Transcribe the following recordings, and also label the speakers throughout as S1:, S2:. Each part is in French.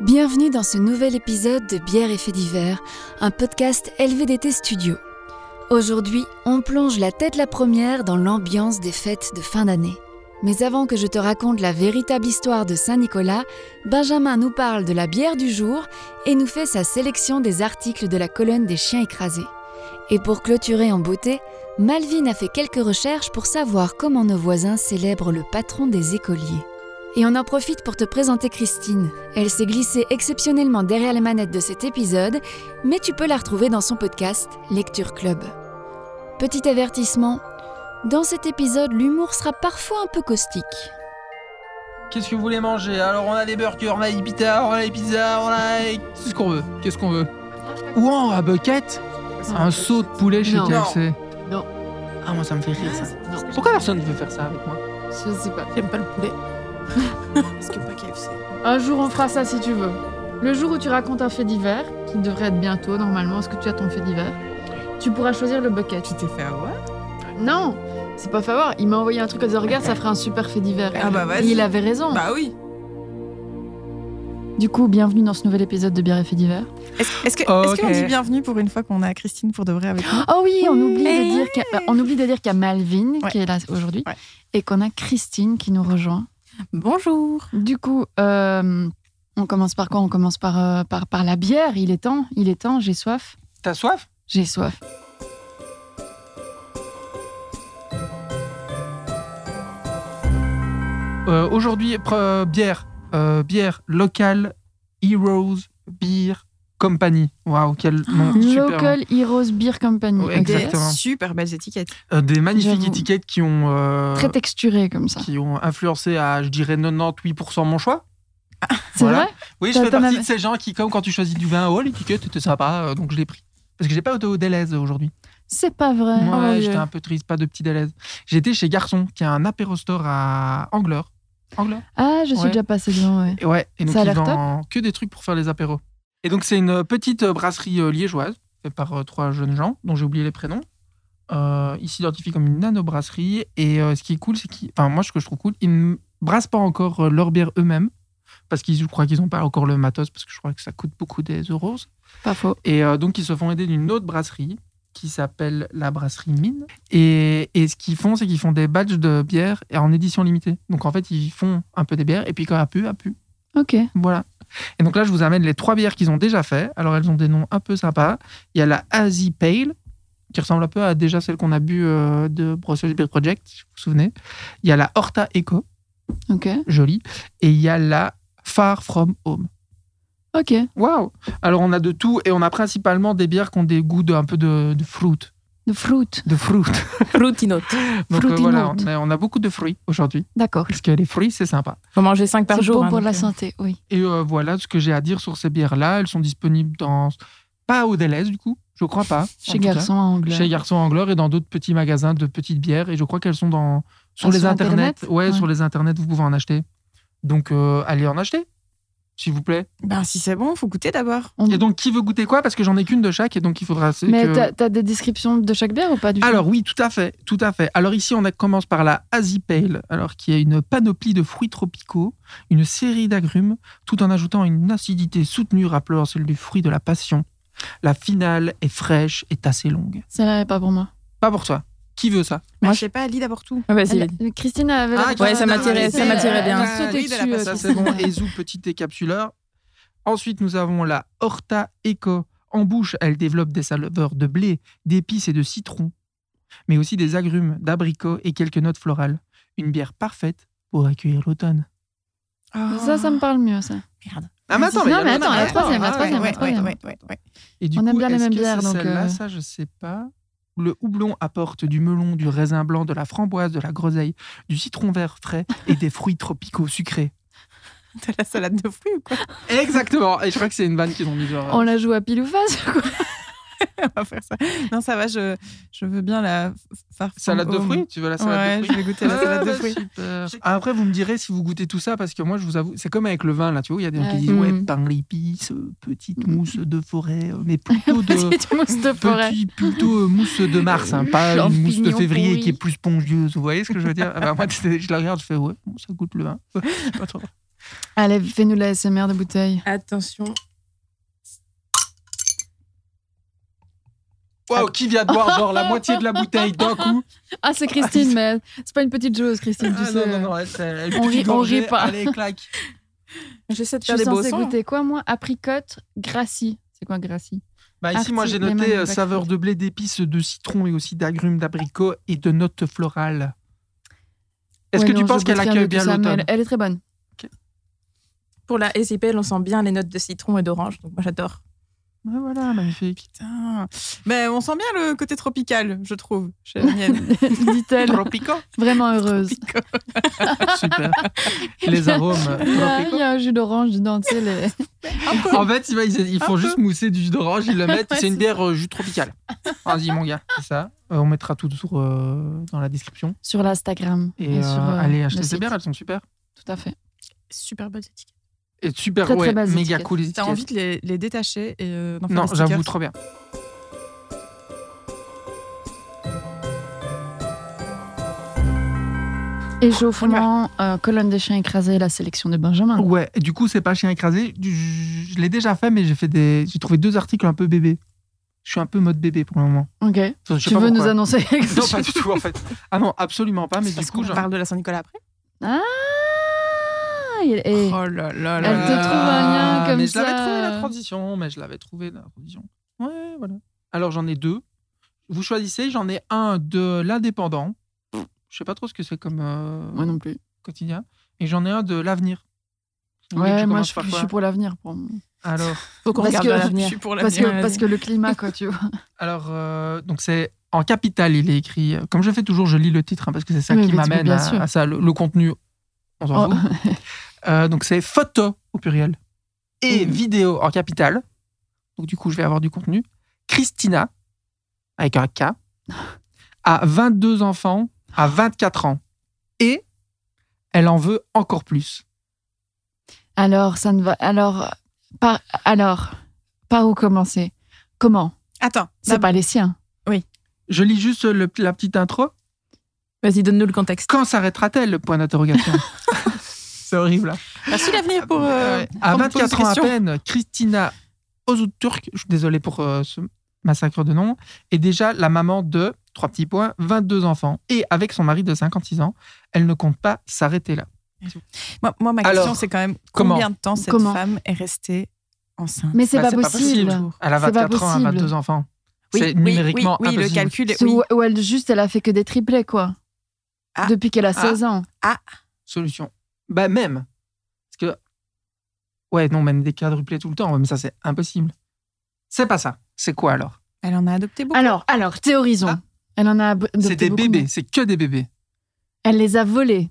S1: Bienvenue dans ce nouvel épisode de Bière et Faits divers, un podcast LVDT Studio. Aujourd'hui, on plonge la tête la première dans l'ambiance des fêtes de fin d'année. Mais avant que je te raconte la véritable histoire de Saint-Nicolas, Benjamin nous parle de la bière du jour et nous fait sa sélection des articles de la colonne des chiens écrasés. Et pour clôturer en beauté, Malvin a fait quelques recherches pour savoir comment nos voisins célèbrent le patron des écoliers. Et on en profite pour te présenter Christine. Elle s'est glissée exceptionnellement derrière les manettes de cet épisode, mais tu peux la retrouver dans son podcast Lecture Club. Petit avertissement, dans cet épisode, l'humour sera parfois un peu caustique.
S2: Qu'est-ce que vous voulez manger Alors on a des burgers, on a des pizzas, on a des pizzas, on a tout ce qu'on veut. Qu'est-ce qu'on veut Ou en à bucket Un saut de poulet chez
S3: Non.
S2: KFC.
S3: Non.
S2: Ah moi ça me fait rire ça.
S3: Non,
S2: Pourquoi personne ne veut faire ça avec moi
S3: je sais pas.
S4: J'aime pas le poulet.
S5: Parce que pas KFC.
S3: Un jour, on fera ça si tu veux. Le jour où tu racontes un fait divers, qui devrait être bientôt normalement, est-ce que tu as ton fait divers Tu pourras choisir le bucket.
S4: Tu t'es fait avoir
S3: Non C'est pas favor, il m'a envoyé un truc en disant Regarde, ça ferait un super fait divers.
S4: Ah bah
S3: Et
S4: vas-y.
S3: il avait raison.
S4: Bah oui.
S3: Du coup, bienvenue dans ce nouvel épisode de Bière et fait divers.
S4: Est-ce est-ce que
S2: Ok.
S4: est-ce qu'on dit bienvenue pour une fois qu'on a Christine pour de vrai avec nous
S3: Oh oui, on
S4: Oui.
S3: oublie
S4: Eh
S3: de dire qu'il y a, on oublie de dire qu'il y a Malvin
S4: Ouais.
S3: qui est là aujourd'hui
S4: Ouais.
S3: et qu'on a Christine qui nous rejoint.
S4: Bonjour.
S3: Du coup, euh, on commence par quoi On commence par, euh, par, par la bière. Il est temps, il est temps, j'ai soif.
S2: T'as soif
S3: J'ai soif.
S2: Euh, Aujourd'hui, pre- euh, bière. Euh, bière locale, Heroes Beer Company. Waouh, quel nom Ah, super.
S3: Local Heroes Beer Company.
S2: Ouais,
S3: ok.
S2: exactement.
S4: Des super belles étiquettes.
S2: Euh, des magnifiques
S3: J'avoue.
S2: étiquettes qui ont, euh,
S3: Très texturé comme ça.
S2: qui ont influencé à, je dirais, 98% mon choix.
S3: C'est
S2: Voilà.
S3: vrai
S2: Oui, je
S3: T'as-
S2: fais
S3: t'en
S2: partie
S3: avais-
S2: de ces gens qui, comme quand tu choisis du vin, oh, l'étiquette était sympa, euh, donc je l'ai pris. Parce que j'ai pas de Deleuze aujourd'hui.
S3: C'est pas vrai.
S2: Moi,
S3: Oh,
S2: j'étais
S3: Dieu.
S2: un peu triste, pas de petit Deleuze. J'étais chez Garçon, qui a un apéro store à Angleur. Angleur
S3: Ah, je suis
S2: Ouais.
S3: déjà passé devant, ouais.
S2: Et ouais, et donc
S3: Ça a
S2: ils
S3: l'air top.
S2: vendent que des trucs pour faire les apéros. Et donc c'est une petite euh, brasserie euh, liégeoise, faite par euh, trois jeunes gens, dont j'ai oublié les prénoms. Euh, ils s'identifient comme une nano-brasserie. Et euh, ce qui est cool, c'est qu'ils... Enfin, moi, ce que je trouve cool, ils ne brassent pas encore euh, leur bière eux-mêmes. Parce qu'ils je crois qu'ils n'ont pas encore le matos, parce que je crois que ça coûte beaucoup des euros.
S3: Pas faux.
S2: Et euh, donc, ils se font aider d'une autre brasserie qui s'appelle la brasserie Mine. Et, et ce qu'ils font, c'est qu'ils font des badges de bière et en édition limitée. Donc, en fait, ils font un peu des bières et puis quand à pu, à pu.
S3: Ok.
S2: Voilà. Et donc là, je vous amène les trois bières qu'ils ont déjà fait. Alors, elles ont des noms un peu sympas. Il y a la Asie Pale, qui ressemble un peu à déjà celle qu'on a bu euh, de Brussels Beer Project, si vous vous souvenez. Il y a la Horta Eco,
S3: Ok.
S2: jolie. Et il y a la Far From Home.
S3: Ok.
S2: Waouh Alors on a de tout et on a principalement des bières qui ont des goûts de, un peu de, de fruit.
S3: De fruit.
S2: De fruit.
S5: Routinote.
S2: Donc euh,
S3: Fruity
S2: voilà,
S3: note.
S2: on a, on a beaucoup de fruits aujourd'hui.
S3: D'accord.
S2: Parce que les fruits, c'est sympa.
S5: Faut manger 5 par
S3: C'est
S5: jour.
S3: bon
S5: hein,
S3: pour
S5: donc,
S3: la
S5: euh,
S3: santé, oui.
S2: Et euh, voilà ce que j'ai à dire sur ces bières-là. Elles sont disponibles dans... Pas au Deleuze du coup, je crois pas. en
S3: Chez
S2: tout cas.
S3: Garçon à Anglais.
S2: Chez Garçon Angleur et dans d'autres petits magasins de petites bières. Et je crois qu'elles sont dans... Sur
S3: Ah,
S2: les
S3: sur
S2: internets.
S3: Internet
S2: ouais,
S3: Ouais.
S2: sur les internets, vous pouvez en acheter. Donc euh, allez en acheter, s'il vous plaît.
S4: Ben si c'est bon, faut goûter d'abord.
S3: On-
S2: Et donc qui veut goûter quoi Parce que j'en ai qu'une de chaque et donc il faudra...
S3: Mais
S2: que-
S3: t'as- t'as des descriptions de chaque bière ou pas du tout
S2: Alors oui, tout à fait, tout à fait. Alors ici, on a- commence par la Asie Pale, alors qui est une panoplie de fruits tropicaux, une série d'agrumes, tout en ajoutant une acidité soutenue rappelant celle du fruit de la passion. La finale est fraîche et assez longue.
S3: Celle-là n'est pas pour moi.
S2: Pas pour toi. Qui veut ça
S4: Moi,
S5: Moi,
S4: je sais pas, lis d'abord
S3: Ah,
S4: tout.
S5: Ouais, vas-y.
S3: Elle- Christine avait
S2: Ah,
S3: l'air-
S2: Christine Ouais, ça m'attirait- avait- ça m'attirait bien.
S3: Elle sautait
S4: Oui, de la
S3: dessus,
S4: patate.
S3: euh,
S2: Ça c'est
S3: Christine.
S2: bon. Et zou, petit décapsuleur. Ensuite, nous avons la Horta Eco. En bouche, elle développe des saveurs de blé, d'épices et de citron, mais aussi des agrumes, d'abricots et quelques notes florales. Une bière parfaite pour accueillir l'automne.
S3: Ça, ça me parle mieux, ça.
S4: Oh, Merde.
S2: Ah, mais attends,
S3: Non,
S2: il y en
S3: mais
S2: a
S3: attends,
S2: pas
S3: la
S2: mal.
S3: troisième, la
S2: Ah, ouais.
S3: troisième, la
S4: ouais, ouais,
S3: troisième.
S4: ouais, ouais, ouais.
S2: Et du
S3: On aime
S2: coup,
S3: bien les
S2: est-ce
S3: mêmes
S2: que
S3: bières,
S2: c'est
S3: donc,
S2: Celle-là,
S3: euh,
S2: ça, je sais pas. Le houblon apporte du melon, du raisin blanc, de la framboise, de la groseille, du citron vert frais et des fruits tropicaux sucrés.
S4: T'as la salade de fruits ou quoi
S2: Exactement. Et je crois que c'est une vanne qu'ils ont mis genre. euh,
S3: On la joue à pile ou face quoi
S4: On va faire ça. Non, ça va, je, je veux bien la f- faire.
S2: Salade de fruits Tu veux la salade
S4: Ouais,
S2: de
S4: je
S2: fruits
S4: vais goûter la salade de
S2: Ah, bah,
S4: fruits.
S2: super. Après, vous me direz si vous goûtez tout ça, parce que moi, je vous avoue, c'est comme avec le vin, là, tu vois, il y a des gens qui
S3: Ouais.
S2: disent,
S5: Mm.
S2: ouais, pain l'épice, euh, petite mousse de forêt, euh, mais plutôt de,
S3: Petite mousse de forêt.
S2: Petit, plutôt euh, mousse de mars, hein, pas une mousse de
S3: Champignons
S2: février
S3: pourris.
S2: qui est plus spongieuse. Vous voyez ce que je veux dire Ah bah, Moi, je la regarde, je fais ouais, bon, ça goûte le vin. Ouais, je sais pas trop.
S3: Allez, fais-nous la SMR de bouteille.
S5: Attention.
S2: Waouh, qui vient de boire genre la moitié de la bouteille d'un coup
S3: Ah, c'est Christine, mais c'est pas une petite chose, Christine, tu
S2: Ah,
S3: sais.
S2: Non, non, non, elle, elle, elle
S3: On
S2: pique
S3: rit-
S2: une
S3: on
S2: gorgée,
S3: rit pas.
S2: Allez, claque.
S5: J'essaie de
S3: Je
S5: faire
S3: suis
S5: des beaux
S3: censée
S5: sons.
S3: goûter quoi, moi Apricote, Gracie. C'est quoi Gracie
S2: Bah, ici, moi, j'ai
S3: Arctic Lemon
S2: noté euh,
S3: Blackfruit.
S2: saveur de blé, d'épices, de citron et aussi d'agrumes, d'abricots et de notes florales. Est-ce
S3: Ouais,
S2: que tu
S3: non, je
S2: penses qu'elle
S3: goûte rien
S2: accueille
S3: de
S2: bien
S3: tout ça, mais
S2: l'automne
S3: elle, elle est très bonne.
S5: Pour la SIPL, on sent bien les notes de citron et d'orange. Donc moi, j'adore.
S2: Ouais, Voilà, magnifique.
S4: Putain. Mais on sent bien le côté tropical, je trouve, chez la mienne.
S3: Dit-elle,
S2: Tropico
S3: vraiment heureuse.
S2: Super. Les arômes.
S3: Il y, a,
S2: Tropico.
S3: il y a un jus d'orange dedans, tu sais. les-
S2: En fait, ils, ils font juste mousser du jus d'orange, ils le mettent.
S4: Ouais,
S2: c'est une
S4: c'est
S2: bière euh, jus tropical. Vas-y, mon gars, c'est ça. Euh, on mettra tout autour euh, dans la description.
S3: Sur l'Instagram.
S2: Et,
S3: sur,
S2: euh,
S3: euh,
S2: allez
S3: le
S2: acheter ces
S3: site.
S2: bières, elles sont super.
S3: Tout à fait.
S5: Super bonne étiquette.
S2: Et super,
S3: Très, très
S2: ouais,
S3: belles
S2: méga
S3: étiquettes.
S2: cool les
S4: T'as
S2: étiquettes.
S4: envie de les, les détacher et euh, d'en faire
S2: Non,
S4: des stickers.
S2: j'avoue, trop bien.
S3: Échauffement, euh, colonne des chiens écrasés, la sélection de Benjamin.
S2: Ah. Ouais, et du coup, c'est pas chien écrasé. Du- Je l'ai déjà fait, mais j'ai fait des. J'ai trouvé deux articles un peu bébé. Je suis un peu mode bébé pour le moment.
S3: Ok.
S2: Enfin, Oh. je sais
S3: Tu
S2: pas
S3: veux nous
S2: pourquoi.
S3: annoncer quelque
S2: Non,
S3: chose
S2: pas du tout en fait. Ah non, absolument pas. Mais
S5: C'est
S2: du
S5: parce
S2: coup,
S5: qu'on
S2: genre-
S5: parle de la Saint-Nicolas après.
S3: Ah, il- eh,
S4: Oh là là là.
S3: Elle te
S4: là.
S3: trouve un lien
S2: Ah,
S3: comme
S2: mais Je l'avais
S3: ça.
S2: trouvé la transition, mais je l'avais trouvé la transition. Ouais, voilà. Alors j'en ai deux. Vous choisissez, j'en ai un de l'indépendant. Je sais pas trop ce que c'est comme euh,
S3: Moi non plus.
S2: quotidien. Et j'en ai un de l'avenir. Vous voulez que
S3: Ouais, moi
S2: commence
S3: je,
S2: par
S3: je
S2: quoi
S3: suis pour l'avenir. pour moi.
S2: Alors,
S5: Faut qu'on
S3: Parce
S5: regarde
S3: que-
S5: vers
S4: Je
S5: l'avenir.
S4: suis pour la
S3: Parce
S4: mienne.
S3: que, parce que le climat, quoi, tu vois.
S2: alors euh, donc c'est en capital, il est écrit. euh, Comme je fais toujours, je lis le titre hein, parce que c'est ça
S3: Oui,
S2: qui
S3: mais tu-
S2: m'amène
S3: bien
S2: à,
S3: sûr.
S2: à ça. Le, le contenu, on s'en fout.
S3: Oh.
S2: Euh, donc c'est photo au pluriel
S3: Mmh.
S2: et vidéo en capital. Donc du coup, je vais avoir du contenu. Christina, avec un K, a 22 enfants à 24 ans. Et elle en veut encore plus.
S3: Alors, ça ne va. Alors, par, alors par où commencer Comment
S2: Bah,
S4: Attends,
S3: C'est pas les siens.
S2: Je lis juste le- la petite intro.
S5: Vas-y, donne-nous le contexte.
S2: Quand s'arrêtera-t-elle le Point d'interrogation. C'est horrible. hein.
S4: merci l'avenir pour. euh,
S2: Ah Ouais. à
S4: prendre des
S2: 24 ans à
S4: questions.
S2: peine, Christina Turc, je suis désolé pour euh, ce massacre de nom, est déjà la maman de, trois petits points, 22 enfants. Et avec son mari de 56 ans, elle ne compte pas s'arrêter là.
S4: Moi, moi, ma
S2: Alors,
S4: question, c'est quand même
S2: comment
S4: combien de temps cette
S3: Comment
S4: femme est restée enceinte
S3: Mais c'est
S2: Bah,
S3: pas, possible.
S2: Elle a
S3: C'est pas
S2: 24 ans, elle a
S3: possible.
S2: 22 enfants.
S4: Oui,
S2: C'est
S4: oui,
S2: numériquement
S4: oui, oui, le
S2: impossible.
S4: calcul est.
S3: C'est-
S4: Oui.
S3: Ou, ou elle juste, elle a fait que des triplés, quoi.
S4: Ah.
S3: Depuis qu'elle a
S4: Ah.
S3: 16 ans.
S2: Solution. Bah même. Parce que... Ouais, non, même des quadruplés tout le temps, mais ça c'est impossible. C'est pas ça. C'est quoi alors
S4: Elle en a adopté beaucoup.
S3: Alors, alors, théorisons.
S2: Ah.
S3: Elle en a ab- adopté
S2: C'est des
S3: beaucoup,
S2: bébés,
S3: mais
S2: c'est que des bébés.
S3: Elle les a volés.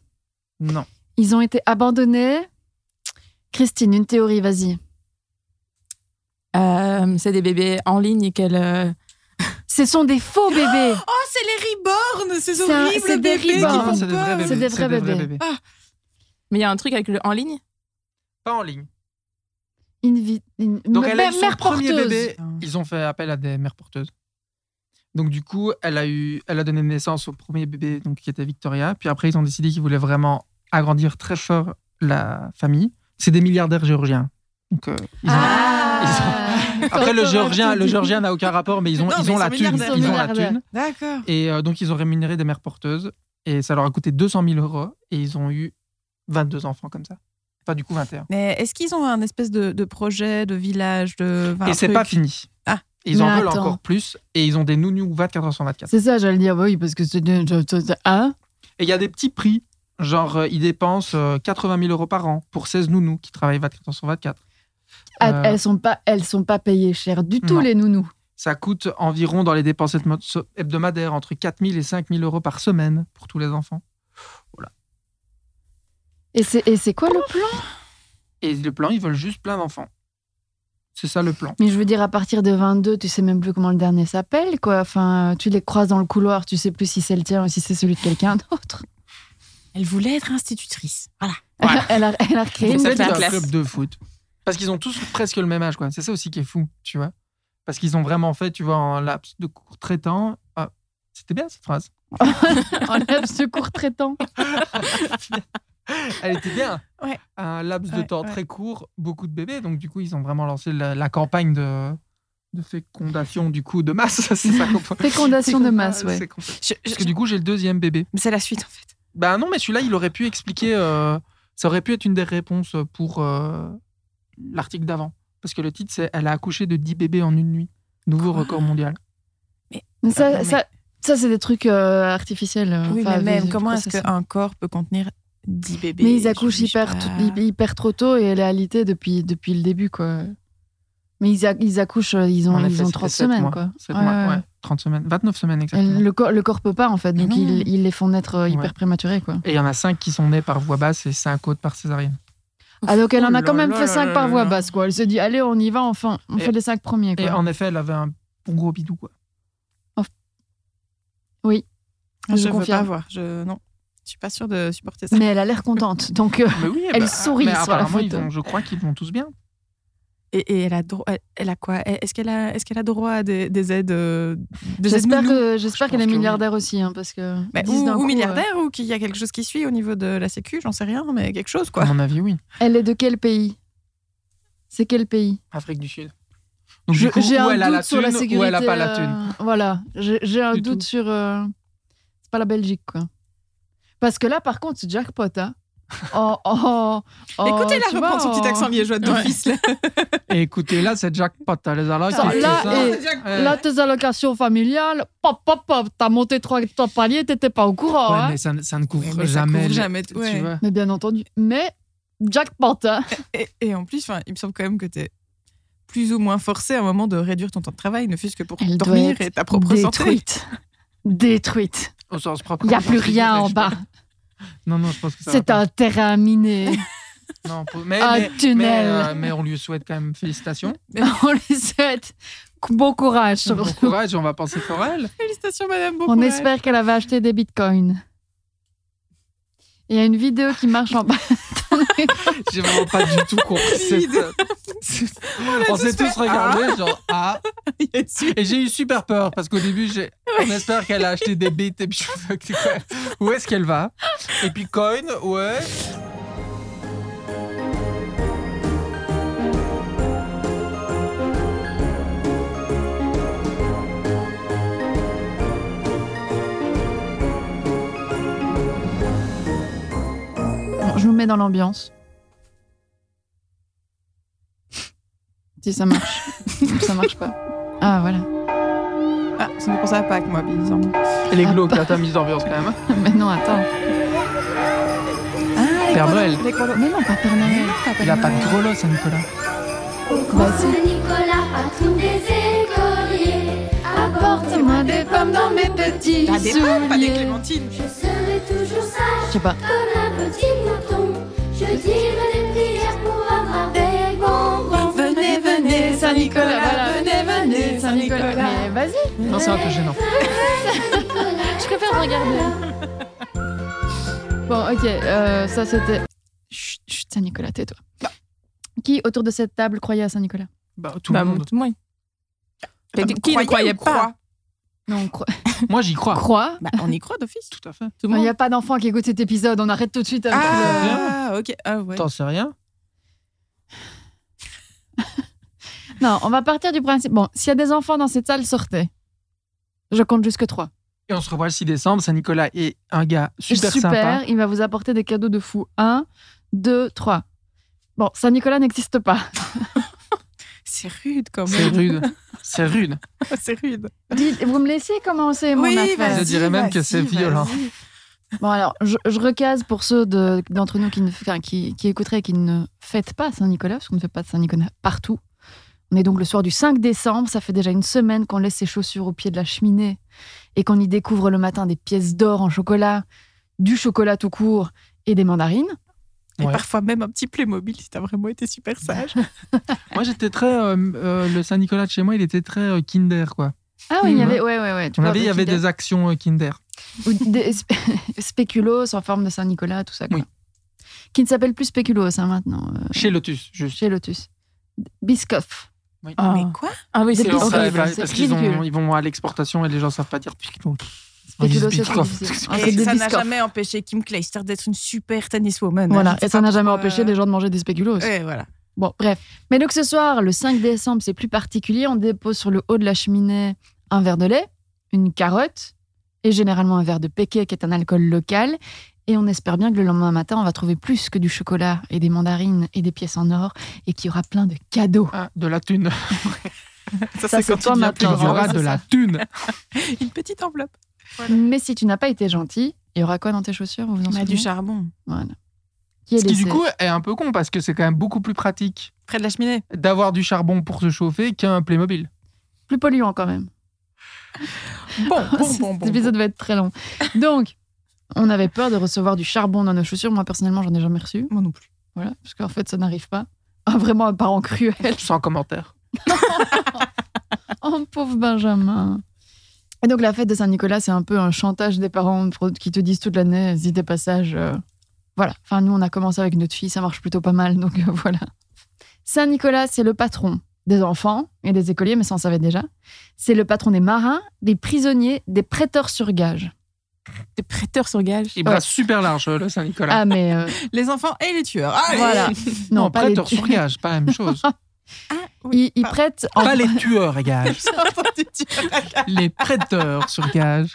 S2: Non.
S3: Ils ont été abandonnés. Christine, une théorie, vas-y.
S5: Euh, c'est des bébés en ligne et qu'elle. euh,
S3: Ce sont des faux bébés.
S4: Oh, c'est les reborn C'est
S3: C'est un-
S4: horrible
S3: c'est des
S4: bébés qui
S3: reborn.
S4: font
S2: Non, c'est des vrais
S4: peur.
S2: bébés.
S3: C'est des vrais bébés.
S4: Ah.
S5: Mais il y a un truc avec le en ligne.
S2: Pas en ligne.
S3: Une vie- une-
S2: Donc
S3: une
S2: elle a eu
S3: mère,
S2: son
S3: mère
S2: premier
S3: porteuse.
S2: bébé. Ils ont fait appel à des mères porteuses. Donc du coup, elle a eu, elle a donné naissance au premier bébé, donc qui était Victoria. Puis après, ils ont décidé qu'ils voulaient vraiment agrandir très fort la famille. C'est des milliardaires géorgiens. Donc euh, ils ont-
S3: Ah.
S2: après le
S3: T'aurais
S2: géorgien,
S3: tout
S2: le
S3: dit.
S2: géorgien n'a aucun rapport, mais ils ont,
S4: Non,
S2: ils
S4: mais
S2: ont
S4: ils
S2: la
S4: sont
S2: thune,
S4: milliardaires.
S2: ils ont la
S3: Milliardaires.
S2: thune.
S4: D'accord.
S2: Et euh, donc ils ont rémunéré des mères porteuses et ça leur a coûté 200 000 euros et ils ont eu 22 enfants comme ça. Enfin du coup 21.
S4: Mais est-ce qu'ils ont un espèce de, de projet, de village, de. enfin,
S2: et
S4: un
S2: c'est
S4: truc
S2: pas fini.
S4: Ah.
S2: Ils en
S3: Mais
S2: veulent
S3: attends.
S2: encore plus et ils ont des nounous 24 h sur 24.
S3: C'est ça, j'allais dire, bah oui, parce que c'est. de- de- de- de-
S2: Euh.
S3: Hein
S2: Et il y a des petits prix. Genre, euh, ils dépensent euh, 80 000 euros par an pour 16 nounous qui travaillent 24 heures sur 24.
S3: Ah,
S2: Euh.
S3: Elles sont pas, elles sont pas payées cher du tout,
S2: Non.
S3: les nounous.
S2: Ça coûte environ, dans les dépenses hebdo- hebdomadaires, entre 4 000 et 5 000 euros par semaine pour tous les enfants.
S3: Et c'est et c'est quoi le plan
S2: Et le plan, ils veulent juste plein d'enfants. C'est ça le plan.
S3: Mais je veux dire, à partir de 22, tu sais même plus comment le dernier s'appelle, quoi. Enfin, tu les croises dans le couloir, tu sais plus si c'est le tien ou si c'est celui de quelqu'un d'autre.
S5: Elle voulait être institutrice. Voilà.
S2: Voilà.
S3: elle, a, elle a créé
S2: C'est
S3: une
S2: ça
S3: belle
S2: qui est un
S5: classe.
S2: club de foot. Parce qu'ils ont tous presque le même âge, quoi. C'est ça aussi qui est fou, tu vois. Parce qu'ils ont vraiment fait, tu vois, en laps de court très temps. Ah, c'était bien cette phrase.
S3: en laps de court traitant.
S2: Elle était bien.
S4: Ouais.
S2: Un laps de
S4: Ouais,
S2: temps
S4: ouais.
S2: très court, beaucoup de bébés. Donc, du coup, ils ont vraiment lancé la, la campagne de, de fécondation, du coup, de masse. C'est ça qu'on peut-
S3: Fécondation de masse, ouais.
S2: C'est con- Parce que du coup, j'ai le deuxième bébé.
S5: Mais c'est la suite en fait.
S2: Bah non, mais celui-là, il aurait pu expliquer. euh, ça aurait pu être une des réponses pour euh, l'article d'avant. Parce que le titre, c'est Elle a accouché de 10 bébés en une nuit.
S3: Ah.
S2: Nouveau record mondial.
S3: Mais
S2: Ah,
S3: ça,
S4: Non, mais-
S3: ça, ça c'est des trucs euh, artificiels. euh,
S4: Oui,
S3: enfin,
S4: mais même,
S3: vis-
S4: comment est-ce
S3: processés.
S4: qu'un corps peut contenir 10 bébés
S3: Mais
S4: Je-
S3: ils accouchent
S4: je sais
S3: hyper,
S4: pas.
S3: tout- hy- hyper trop tôt et elle est alitée depuis, depuis le début, quoi. Mais ils, a- ils accouchent, euh, ils ont,
S2: En effet,
S3: ils ont
S2: c'était
S3: 30
S2: sept
S3: semaines,
S2: mois.
S3: quoi.
S2: Sept
S3: Ouais,
S2: mois,
S3: ouais.
S2: ouais. 30 semaines. 29 semaines, exactement.
S3: Elle- le, corps, le corps peut pas, en fait, donc
S4: non.
S3: ils, ils les font naître euh, hyper
S2: Ouais.
S3: prématurés, quoi.
S2: Et il y en a 5 qui sont nés par voie basse et 5 autres par césarienne.
S3: Ah, donc elle en
S2: Oh
S3: a quand
S2: là
S3: même
S2: là
S3: fait
S2: là
S3: 5
S2: là
S3: par
S2: là
S3: voie
S2: là.
S3: basse, quoi. Elle se dit, allez, on y va, enfin, on
S2: Et-
S3: fait les 5 premiers,
S2: Et
S3: quoi.
S2: en effet, elle avait un bon gros bidou, quoi.
S4: Je
S3: Je
S4: ne veux pas
S3: confirme.
S4: voir. Je... Non, je suis pas sûre de supporter ça.
S3: Mais elle a l'air contente, donc euh,
S2: Mais oui, bah,
S3: Elle sourit
S2: mais
S3: sur la
S2: apparemment, ils
S3: photo.
S2: vont- je crois qu'ils vont tous bien.
S4: Et, et elle, a dro- elle, elle a quoi Elle- Est-ce qu'elle a, est qu'elle a droit à des, des aides euh, des
S3: j'espère
S4: aides
S3: que- j'espère
S2: Je
S3: qu'elle
S2: pense
S3: est
S2: que oui.
S3: milliardaire aussi, hein, parce que...
S4: Bah,
S3: ils
S4: ou,
S3: disent d'un
S4: ou
S3: coup, euh,
S4: milliardaire ou qu'il y a quelque chose qui suit au niveau de la sécu, j'en sais rien, mais quelque chose quoi.
S2: À mon avis, oui.
S3: euh, Elle est de quel pays C'est quel pays
S2: Afrique du Sud. Donc,
S3: Je-
S2: du coup,
S3: J'ai
S2: ou
S3: un
S2: elle a
S3: doute
S2: la
S3: sur la
S2: thune,
S3: sécurité.
S2: ou elle a pas la thune.
S3: euh, voilà, j'ai j'ai un
S2: Du
S3: doute
S2: tout.
S3: sur. euh, c'est pas la Belgique, quoi. Parce que là, par contre, c'est jackpot, hein. Oh, oh, oh,
S4: Écoutez-la
S3: tu vois,
S4: reprendre son petit
S3: oh.
S4: accent liégeois d'office. là.
S2: Et écoutez, là, c'est jackpot. hein, Les allocs,
S3: Ça,
S2: et tout
S3: euh. là,
S2: ça.
S3: et-
S2: Ouais.
S3: Là, tes allocations familiales, pop, pop, pop, t'as monté trois, trois paliers, t'étais pas au courant,
S2: Ouais,
S3: hein.
S2: mais ça, ne- ça ne couvre
S4: Mais ça
S2: jamais.
S4: couvre
S2: les-
S4: jamais tout,
S2: tu
S4: ouais.
S2: vois.
S3: Mais bien entendu. Mais jackpot, hein.
S4: Et, et en plus, enfin, il me semble quand même que tu es plus ou moins forcé à un moment de réduire ton temps de travail, ne fût-ce que pour
S3: Elle doit
S4: dormir
S3: être
S4: et ta propre santé.
S3: Détruite. Détruite.
S2: Au sens propre.
S3: Il n'y a plus rien en
S2: Je-
S3: bas.
S2: Non, non, je pense que ça. va
S3: C'est
S2: pas.
S3: un terrain miné.
S2: Non, pour- mais,
S3: un
S2: mais-
S3: tunnel.
S2: Mais, euh, mais on lui souhaite quand même félicitations.
S3: On lui souhaite euh, bon courage,
S2: Bon
S3: surtout.
S2: courage, on va penser pour elle.
S4: Félicitations, madame. Bon
S3: On
S4: courage.
S3: espère qu'elle avait acheté des bitcoins. Il y a une vidéo qui marche en bas.
S2: J'ai vraiment pas du tout compris. cette- cette- On s'est tous regardés, genre, ah.
S4: Il est dessus.
S2: Et j'ai eu super peur parce qu'au début, j'ai... on espère qu'elle a acheté des bits et puis je me dis, ouais, où est-ce qu'elle va Et puis coin, ouais.
S3: Bon, je me mets dans l'ambiance. Si ça marche. ça marche pas. Ah voilà.
S4: Ah, ça me pensait à Pâques, moi, bizarrement.
S2: Elle est
S3: Ah,
S2: glauque, là, ta mise d'ambiance quand même.
S3: Mais non, attends.
S4: Ah,
S2: Père Noël.
S3: Mais non, pas Père Noël.
S2: Il a pas de gros lot, ça, Nicolas.
S6: Au cours Saint-Nicolas, patron des écoliers, apportez-moi des pommes dans mes petits
S4: Pas des pommes, pas des
S3: Soulier.
S4: clémentines.
S6: Je serai toujours
S3: Je
S6: sage
S3: sais pas.
S6: comme un petit mouton. Je dirai des prières pour avoir des bonbons.
S3: Venez, Eh, venez, Saint-Nicolas. voilà. Venez, venez, Saint-Nicolas. Mais vas-y,
S2: Non, c'est un peu gênant.
S3: je préfère regarder. Bon, ok, euh, ça c'était. Chut, chut, Saint-Nicolas, tais-toi. Qui autour de cette table croyait à Saint-Nicolas
S2: Bah, tout
S4: Bah,
S2: le monde.
S4: moi, Ah,
S5: Qui ne croyait pas
S3: Non, on croit.
S2: Moi, j'y crois.
S3: croit.
S4: Bah, on y croit d'office. Ah,
S2: Tout à fait.
S4: Tout
S3: Il
S4: le
S3: n'y
S4: monde.
S3: a pas d'enfant qui écoute cet épisode, on arrête tout de suite avec le-
S4: Ah, ok. Ah, ouais.
S2: T'en sais rien
S3: Non, on va partir du principe. Bon, s'il y a des enfants dans cette salle, sortez. Je compte jusque trois.
S2: Et on se revoit le 6 décembre. Saint-Nicolas est un gars super, sympa.
S3: il va vous apporter des cadeaux de fou. Un, deux, trois. Bon, Saint-Nicolas n'existe pas.
S4: C'est rude, quand
S2: C'est
S4: même.
S2: rude. C'est rude.
S4: C'est rude.
S3: Dites- vous me laissez commencer mon affaire
S2: vas-y. Je dirais même que c'est violent.
S3: Bon, alors, je, je recase pour ceux de- d'entre nous qui, ne, enfin, qui, qui écouteraient et qui ne fêtent pas Saint-Nicolas, parce qu'on ne fait pas de Saint-Nicolas partout. On est donc le soir du 5 décembre, ça fait déjà une semaine qu'on laisse ses chaussures au pied de la cheminée et qu'on y découvre le matin des pièces d'or en chocolat, du chocolat tout court et des mandarines.
S4: Et
S2: Ouais.
S4: parfois même un petit Playmobil si t'as vraiment été super
S3: Ah.
S4: sage.
S2: Moi, j'étais très. euh, euh, le Saint-Nicolas de chez moi, il était très euh, Kinder, quoi.
S3: Ah oui, il y
S2: Mhm.
S3: avait, ouais, ouais, ouais. tu
S2: On
S3: vois,
S2: avait, il y avait
S3: Kinder.
S2: des actions euh, Kinder.
S3: Ou des spé- spéculoos en forme de Saint-Nicolas, tout ça. quoi.
S2: Oui.
S3: Qui ne s'appelle plus spéculoos hein, maintenant, euh,
S2: Chez Lotus, juste.
S3: chez Lotus. Biscoff.
S2: Oui.
S3: Ah.
S4: Mais quoi
S5: Ah oui,
S3: Des
S5: c'est
S3: petits
S2: Parce
S3: horrible,
S2: qu'ils
S3: c'est
S2: parce qu'ils ont-
S3: ridicule.
S2: ils vont à l'exportation et les gens savent pas dire Piccolo.
S3: Spéculoos,
S2: Lise
S3: c'est
S2: Bitcoff.
S3: difficile.
S2: Ah,
S3: Un
S4: Et
S3: truc de
S4: ça n'a
S3: Biscoff.
S4: jamais empêché Kim Kleister d'être une super tenniswoman.
S3: Voilà,
S4: Je sais
S3: et ça
S4: pas
S3: n'a jamais
S4: pourquoi,
S3: empêché
S4: euh,
S3: les gens de manger des spéculoos.
S4: Ouais, voilà.
S3: Bon, bref. Mais donc ce soir, le 5 décembre, c'est plus particulier. On dépose sur le haut de la cheminée un verre de lait, une carotte et généralement un verre de péquet qui est un alcool local. Et on espère bien que le lendemain matin, on va trouver plus que du chocolat et des mandarines et des pièces en or et qu'il y aura plein de cadeaux.
S2: Ah, de la thune.
S3: Ça,
S4: Ça, c'est
S3: c'est
S4: quand
S3: toi
S4: tu deviens
S2: Il y
S3: maintenant.
S4: plus grand.
S2: aura de la thune.
S4: Une petite enveloppe.
S3: Mais si tu n'as pas été gentil, il y aura quoi dans tes chaussures Vous vous en
S4: On a
S3: souvenez
S4: du charbon.
S3: Voilà. Qui est
S2: Bah, Ce qui, du
S3: laissé.
S2: coup, est un peu con parce que c'est quand même beaucoup plus pratique
S4: Près de la cheminée.
S2: d'avoir du charbon pour se chauffer qu'un Playmobil.
S3: plus polluant quand même.
S4: Bon, bon,
S3: Cet
S4: bon, bon.
S3: épisode va être très long. Donc, on avait peur de recevoir du charbon dans nos chaussures. Moi, personnellement, j'en ai jamais reçu.
S4: Moi non plus.
S3: Voilà, parce qu'en fait, ça n'arrive pas. Ah, vraiment un parent cruel.
S2: Sans commentaire.
S3: Oh, pauvre Benjamin. Et donc, la fête de Saint-Nicolas, c'est un peu un chantage des parents pour- qui te disent toute l'année, si t'es passage. euh, Voilà. Enfin, nous, on a commencé avec notre fille, ça marche plutôt pas mal, donc euh, voilà. Saint-Nicolas, c'est le patron des enfants et des écoliers, mais ça, on savait déjà. C'est le patron des marins, des prisonniers, des prêteurs sur gage.
S5: Des prêteurs sur gage.
S2: Il brasse super large, euh, le Saint-Nicolas.
S3: Ah, mais. euh,
S4: Les enfants et les tueurs. Ah, Allez
S3: Voilà. Non, pas les
S2: prêteur sur gage, pas la même chose.
S3: Il, il
S4: Pas-
S3: prête en-
S2: pas les tueurs à gage.
S4: J'ai entendu tueurs.
S2: les prêteurs sur gage.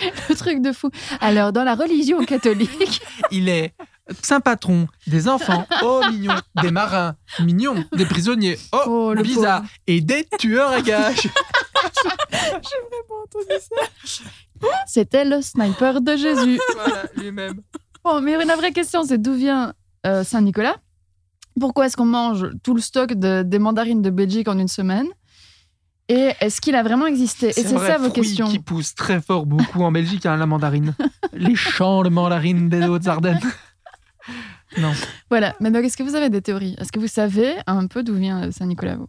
S3: le truc de fou. Alors, dans la religion catholique,
S2: Il est saint patron des enfants, oh mignon, des marins, mignon, des prisonniers, oh,
S3: oh, le
S2: bizarre, et des tueurs à gage.
S3: pauvre, c'était le sniper de Jésus.
S2: voilà, lui-même.
S3: Bon, Oh, mais la vraie question, c'est d'où vient euh, Saint-Nicolas Pourquoi est-ce qu'on mange tout le stock de- des mandarines de Belgique en une semaine Et est-ce qu'il a vraiment existé Et c'est
S2: vrai,
S3: ça vos
S2: fruit
S3: questions.
S2: qui pousse très fort beaucoup en Belgique, hein, la mandarine. les champs de mandarine des Hautes-Ardennes. non.
S3: Voilà. Mais donc, est-ce que vous avez des théories Est-ce que vous savez un peu d'où vient euh, Saint-Nicolas vous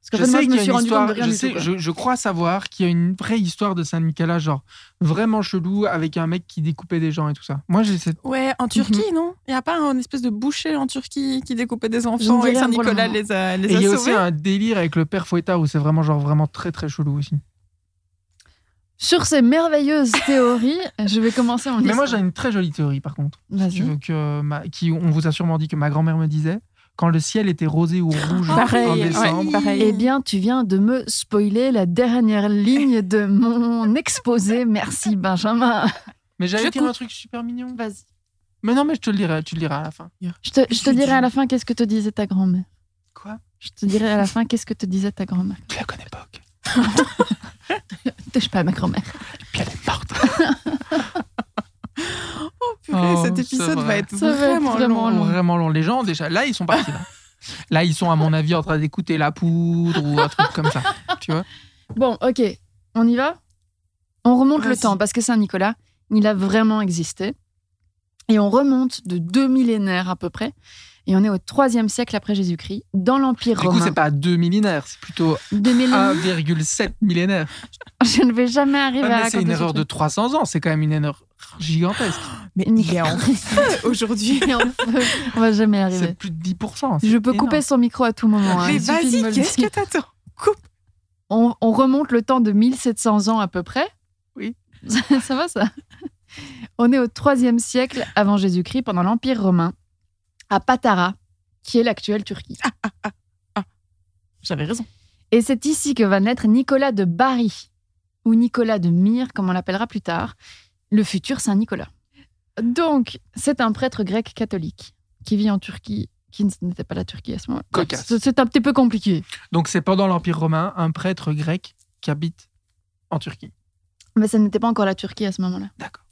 S3: Parce qu'en
S2: Je
S3: fait, moi,
S2: sais
S3: je
S2: qu'il
S3: me
S2: y a
S3: suis
S2: une
S3: rendu
S2: histoire,
S3: compte de rien
S2: je,
S3: du
S2: sais,
S3: tout, quoi.
S2: je, je crois savoir qu'il y a une vraie histoire de Saint-Nicolas, genre vraiment chelou, avec un mec qui découpait des gens et tout ça. Moi, j'ai cette...
S4: Ouais,
S3: Mhm.
S4: en Turquie, non Il n'y a pas un espèce de boucher en Turquie qui découpait des
S3: Je ne
S4: enfants
S3: dis
S4: et
S3: rien pour le
S4: Saint-Nicolas
S3: moment.
S4: les a,
S2: Et
S4: les
S2: il y a
S4: a
S2: aussi
S4: sauvés
S2: un délire avec le père Fouettard où c'est vraiment genre vraiment très très chelou aussi.
S3: Sur ces merveilleuses théories, je vais commencer en
S2: Mais moi j'ai
S3: lisant.
S2: une très jolie théorie par contre. Tu
S3: Vas-y.
S2: veux que ma- qui on vous a sûrement dit que ma grand-mère me disait quand le ciel était rosé ou rouge en
S5: Pareil,
S2: décembre.
S5: ouais, pareil.
S3: Eh bien, tu viens de me spoiler la dernière ligne de mon exposé. Merci, Benjamin.
S2: Mais j'avais
S4: Je
S2: écrit un truc super mignon.
S3: Vas-y.
S2: Mais non mais je te le dirai, tu le diras à la fin.
S3: Je te, je te dirai à la fin qu'est-ce que te disait ta grand-mère.
S2: Quoi
S3: Je te dirai à la fin qu'est-ce que te disait ta grand-mère.
S2: Tu la connais pas. ok.
S3: Touche pas à ma grand-mère.
S2: Puis elle est morte.
S4: Purée,
S2: Oh,
S4: cet
S2: c'est
S4: épisode
S2: vrai.
S4: va être
S3: Ça va être
S4: vraiment,
S3: vraiment
S4: long.
S3: long.
S2: Vraiment long. Les gens déjà là ils sont partis là. Là, ils sont, à mon avis, en train d'écouter la poudre ou un truc comme ça. Tu vois
S3: Bon, ok, on y va On remonte le
S4: Vas-y.
S3: temps parce que Saint-Nicolas, il a vraiment existé. Et on remonte de deux millénaires à peu près. Et on est au troisième siècle après Jésus-Christ, dans l'Empire
S2: Du coup,
S3: romain.
S2: c'est pas deux millénaires, c'est plutôt
S3: Deux millénaires.
S2: 1,7 millénaire.
S3: Je ne vais jamais arriver
S2: Ah. Ouais,
S3: à
S2: mais
S3: raconter
S2: c'est une
S3: ce
S2: erreur de
S3: truc.
S2: 300 ans, c'est quand même une erreur gigantesque.
S4: Mais
S3: Une-
S4: il est en feu aujourd'hui.
S3: Et on- on va jamais y
S2: C'est
S3: arriver.
S2: plus de 10%. hein, c'est
S3: Ah, Je peux
S2: énorme.
S3: couper son micro à tout moment. hein.
S4: Mais
S3: Il suffit de
S4: vas-y,
S3: me le
S4: qu'est-ce
S3: dire.
S4: que t'attends Coupe
S3: on, on remonte le temps de 1700 ans à peu près.
S2: Oui.
S3: Ça, ça va, ça On est au 3 siècle avant Jésus-Christ, pendant l'Empire romain, à Patara, qui est l'actuelle Turquie.
S4: J'avais raison.
S3: Et c'est ici que va naître Nicolas de Bari, ou Nicolas de Myre, comme on l'appellera plus tard, le futur Saint Nicolas. Donc, c'est un prêtre grec catholique qui vit en Turquie, qui n'était pas la Turquie à ce moment-là.
S2: Cocasse.
S3: C'est- C'est un petit peu compliqué.
S2: Donc c'est pendant l'Empire romain, un prêtre grec qui habite en Turquie.
S3: Mais ça n'était pas encore la Turquie à ce moment-là.
S2: D'accord.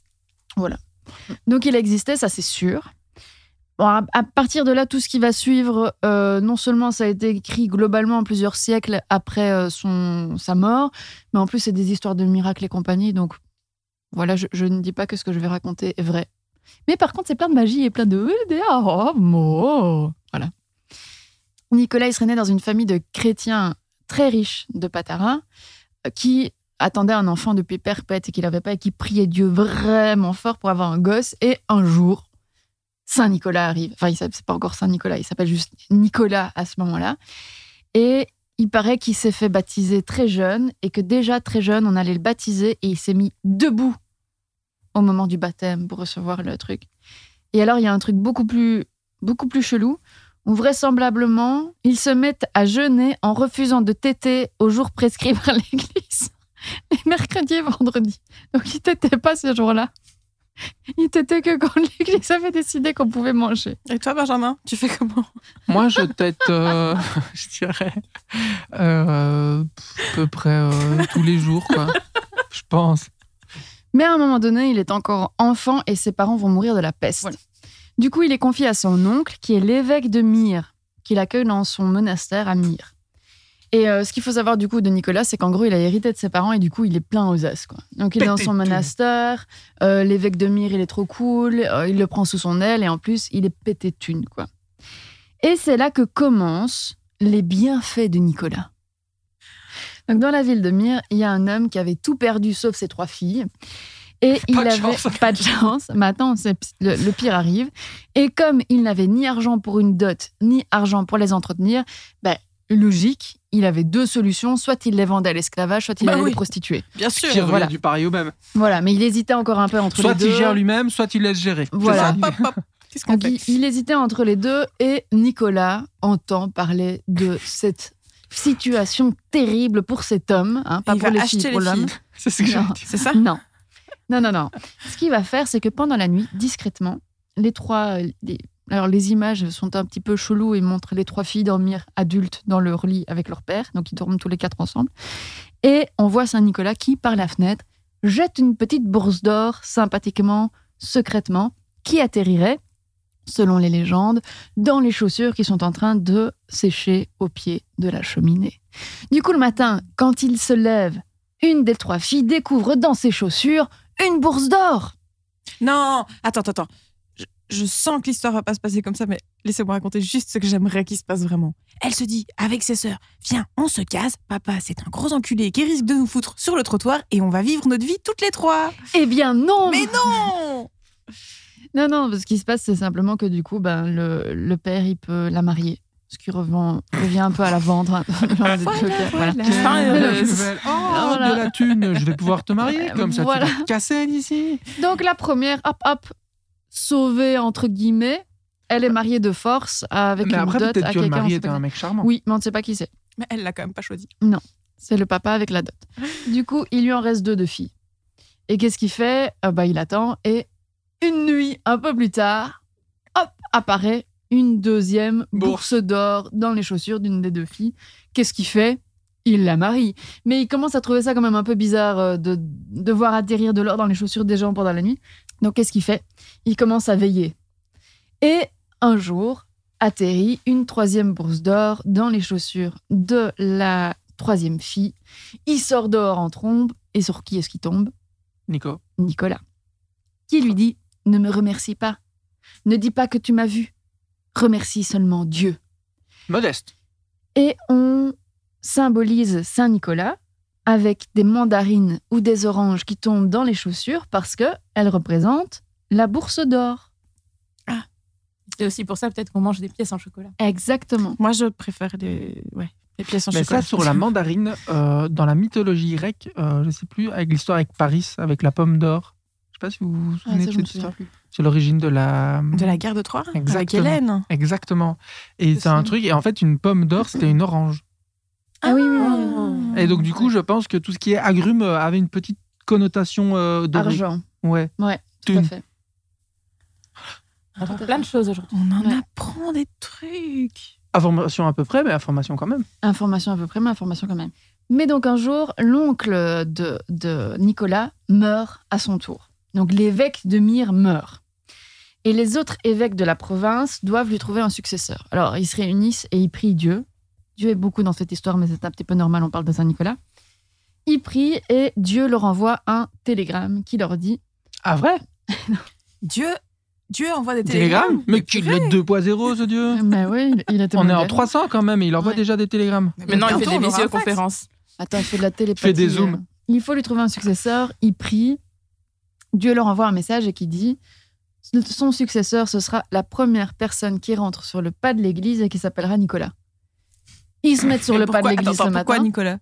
S3: Voilà. Donc il existait, ça c'est sûr. Bon, à, à partir de là, tout ce qui va suivre, euh, non seulement ça a été écrit globalement en plusieurs siècles après euh, son, sa mort, mais en plus c'est des histoires de miracles et compagnie. Donc voilà, je, je ne dis pas que ce que je vais raconter est vrai. Mais par contre, c'est plein de magie et plein de... Oh, mo. Voilà. Nicolas, il serait né dans une famille de chrétiens très riches de Patara, euh, qui attendait un enfant depuis perpète et qu'il n'avait pas et qui priait Dieu vraiment fort pour avoir un gosse. Et un jour, Saint Nicolas arrive. Enfin, il s'appelle- c'est pas encore Saint Nicolas, il s'appelle juste Nicolas à ce moment-là. Et il paraît qu'il s'est fait baptiser très jeune et que déjà très jeune, on allait le baptiser et il s'est mis debout au moment du baptême pour recevoir le truc. Et alors, il y a un truc beaucoup plus, beaucoup plus chelou où vraisemblablement, ils se mettent à jeûner en refusant de téter au jour prescrit par l'Église, les mercredis et vendredis. Donc, ils tétaient pas ce jour-là. Ils tétaient que quand l'Église avait décidé qu'on pouvait manger.
S4: Et toi, Benjamin, tu fais comment
S2: Moi, je tête, euh, je dirais, euh, à peu près euh, tous les jours, quoi. Je pense.
S3: Mais à un moment donné, il est encore enfant et ses parents vont mourir de la peste. Du coup, il est confié à son oncle, qui est l'évêque de Myre, qu'il accueille dans son monastère à Myre. Et euh, ce qu'il faut savoir du coup de Nicolas, c'est qu'en gros, il a hérité de ses parents et du coup, il est plein aux as. Quoi. Donc, il est dans
S2: Pété
S3: son
S2: tout.
S3: monastère, euh, l'évêque de Myre, il est trop cool, euh, il le prend sous son aile et en plus, il est pété de thunes. Quoi. Et c'est là que commencent les bienfaits de Nicolas. Donc, dans la ville de Myre, il y a un homme qui avait tout perdu sauf ses trois filles. Et il
S2: de
S3: avait
S2: chance.
S3: pas de chance. Maintenant, c'est- le, le pire arrive. Et comme il n'avait ni argent pour une dot, ni argent pour les entretenir, ben, logique, il avait deux solutions. Soit il les vendait à l'esclavage, soit il
S4: Bah
S3: allait
S4: oui.
S3: les prostituer.
S4: Bien sûr.
S2: Qui revient
S3: voilà.
S2: du pareil au même.
S3: Voilà, mais il hésitait encore un peu entre
S2: Soit
S3: les deux.
S2: il gère lui-même, soit il laisse gérer. C'est
S3: Voilà.
S2: ça,
S4: Hop,
S2: l'idée.
S4: hop, hop. Qu'est-ce qu'on
S3: Donc, il,
S4: fait
S3: il hésitait entre les deux et Nicolas entend parler de cette situation terrible pour cet homme, hein, pas
S4: Il
S3: pour
S4: va
S3: les
S4: acheter
S3: filles, pour
S4: les
S3: l'homme.
S4: filles.
S2: C'est ce que j'allais
S3: Non.
S2: dire.
S4: C'est ça
S3: Non. Non, non, non. Ce qu'il va faire, c'est que pendant la nuit, discrètement, les trois. euh, les- Alors, les images sont un petit peu cheloues et montrent les trois filles dormir adultes dans leur lit avec leur père. Donc, ils dorment tous les quatre ensemble. Et on voit Saint-Nicolas qui, par la fenêtre, jette une petite bourse d'or, sympathiquement, secrètement, qui atterrirait, selon les légendes, dans les chaussures qui sont en train de sécher au pied de la cheminée. Du coup, le matin, quand il se lève, une des trois filles découvre dans ses chaussures une bourse d'or.
S4: Non, attends, attends, attends. Je, je sens que l'histoire va pas se passer comme ça, mais laissez-moi raconter juste ce que j'aimerais qu'il se passe vraiment. Elle se dit, avec ses sœurs, viens, on se casse, papa, c'est un gros enculé qui risque de nous foutre sur le trottoir et on va vivre notre vie toutes les trois.
S3: Eh bien
S5: Oh.
S3: non
S4: Mais non
S3: Non, non, ce qui se passe, c'est simplement que du coup, ben, le, le père, il peut la marier. Ce qui revend- revient un peu à la vendre. hein, dans le genre de
S4: Voilà,
S3: truc, euh, voilà.
S4: voilà.
S2: Quelle
S3: euh,
S2: nouvelle. Oh,
S3: voilà. Euh,
S2: de la thune, je vais pouvoir te marier. Comme ça,
S3: Voilà.
S2: tu vas te casser d'ici.
S3: Donc la première, hop, hop, sauvée entre guillemets, elle est mariée de force avec
S2: Mais
S3: une
S2: après,
S3: dot
S2: peut-être
S3: à
S2: que le
S3: quelqu'un. on
S2: mari
S3: sait
S2: était
S3: pas
S2: un
S3: qui-
S2: mec charmant.
S3: Oui, mais on ne sait pas qui c'est.
S4: Mais elle l'a quand même pas choisi.
S3: C'est le papa avec la dot. Du coup, il lui en reste deux de filles. Et qu'est-ce qu'il fait Ah bah, Il attend et une nuit, un peu plus tard, hop, apparaît une deuxième
S2: Bourse.
S3: bourse d'or dans les chaussures d'une des deux filles. Qu'est-ce qu'il fait Il la marie. Mais il commence à trouver ça quand même un peu bizarre euh, de, de voir atterrir de l'or dans les chaussures des gens pendant la nuit. Donc qu'est-ce qu'il fait Il commence à veiller. Et un jour, atterrit une troisième bourse d'or dans les chaussures de la troisième fille. Il sort dehors en trombe. Et sur qui est-ce qu'il tombe
S2: Nico.
S3: Nicolas. Qui lui dit Ne me remercie pas. Ne dis pas que tu m'as vu. Remercie seulement Dieu.
S2: Modeste.
S3: Et on symbolise Saint-Nicolas avec des mandarines ou des oranges qui tombent dans les chaussures parce que elles représentent la bourse d'or.
S5: C'est aussi pour ça peut-être qu'on mange des pièces en chocolat.
S3: Exactement.
S4: Moi, je préfère les, ouais, les pièces en
S2: Mais ça,
S4: chocolat.
S2: sur la mandarine, euh, dans la mythologie grecque, euh, je sais plus, avec l'histoire avec Paris, avec la pomme d'or. Ah, Je sais pas si vous vous
S3: Ah,
S2: souvenez de cette histoire. C'est l'origine de la.
S4: De la guerre de Troie Avec
S2: Exactement.
S4: Hélène.
S2: Exactement. Et c'est un truc. Et en fait, une pomme d'or, c'était une orange.
S3: Ah oui, oui, oui.
S2: Et donc, du coup, je pense que tout ce qui est agrumes euh, avait une petite connotation euh, dorée.
S3: Argent,
S2: Ouais.
S3: Ouais, tout à
S2: Thune.
S3: fait.
S5: On apprend plein de choses aujourd'hui.
S4: Ah. On en
S3: Ouais.
S4: apprend des trucs.
S2: Information à peu près, mais information quand même.
S3: Information à peu près, mais information quand même. Mais donc un jour, l'oncle de, de Nicolas meurt à son tour. Donc l'évêque de Myre meurt. Et les autres évêques de la province doivent lui trouver un successeur. Alors ils se réunissent et ils prient Dieu. Dieu est beaucoup dans cette histoire, mais c'est un petit peu normal, on parle de Saint-Nicolas. Ils prient et Dieu leur envoie un télégramme qui leur dit
S2: Ah, vrai
S4: Dieu, Dieu envoie des
S2: Télégrammes
S4: télégrammes.
S2: Mais qu'il est 2.0, ce dieu
S3: Mais Ah oui, il, il était
S2: On est en
S3: moderne.
S2: 300 quand même, et il envoie
S3: Ouais.
S2: déjà des télégrammes.
S5: Maintenant, il
S4: bientôt,
S5: fait des
S4: on aura un fax.
S5: visioconférences.
S3: Attends, il fait de la télépathie. hein.
S2: Fais des zooms.
S3: Il faut lui trouver un successeur. Il prie. Dieu leur envoie un message et qui dit Son successeur, ce sera la première personne qui rentre sur le pas de l'église et qui s'appellera Nicolas. Ils se mettent sur
S4: Mais
S3: le pas de
S4: pourquoi-
S3: l'église
S4: attends,
S3: ce
S4: attends,
S3: matin.
S4: Pourquoi Nicolas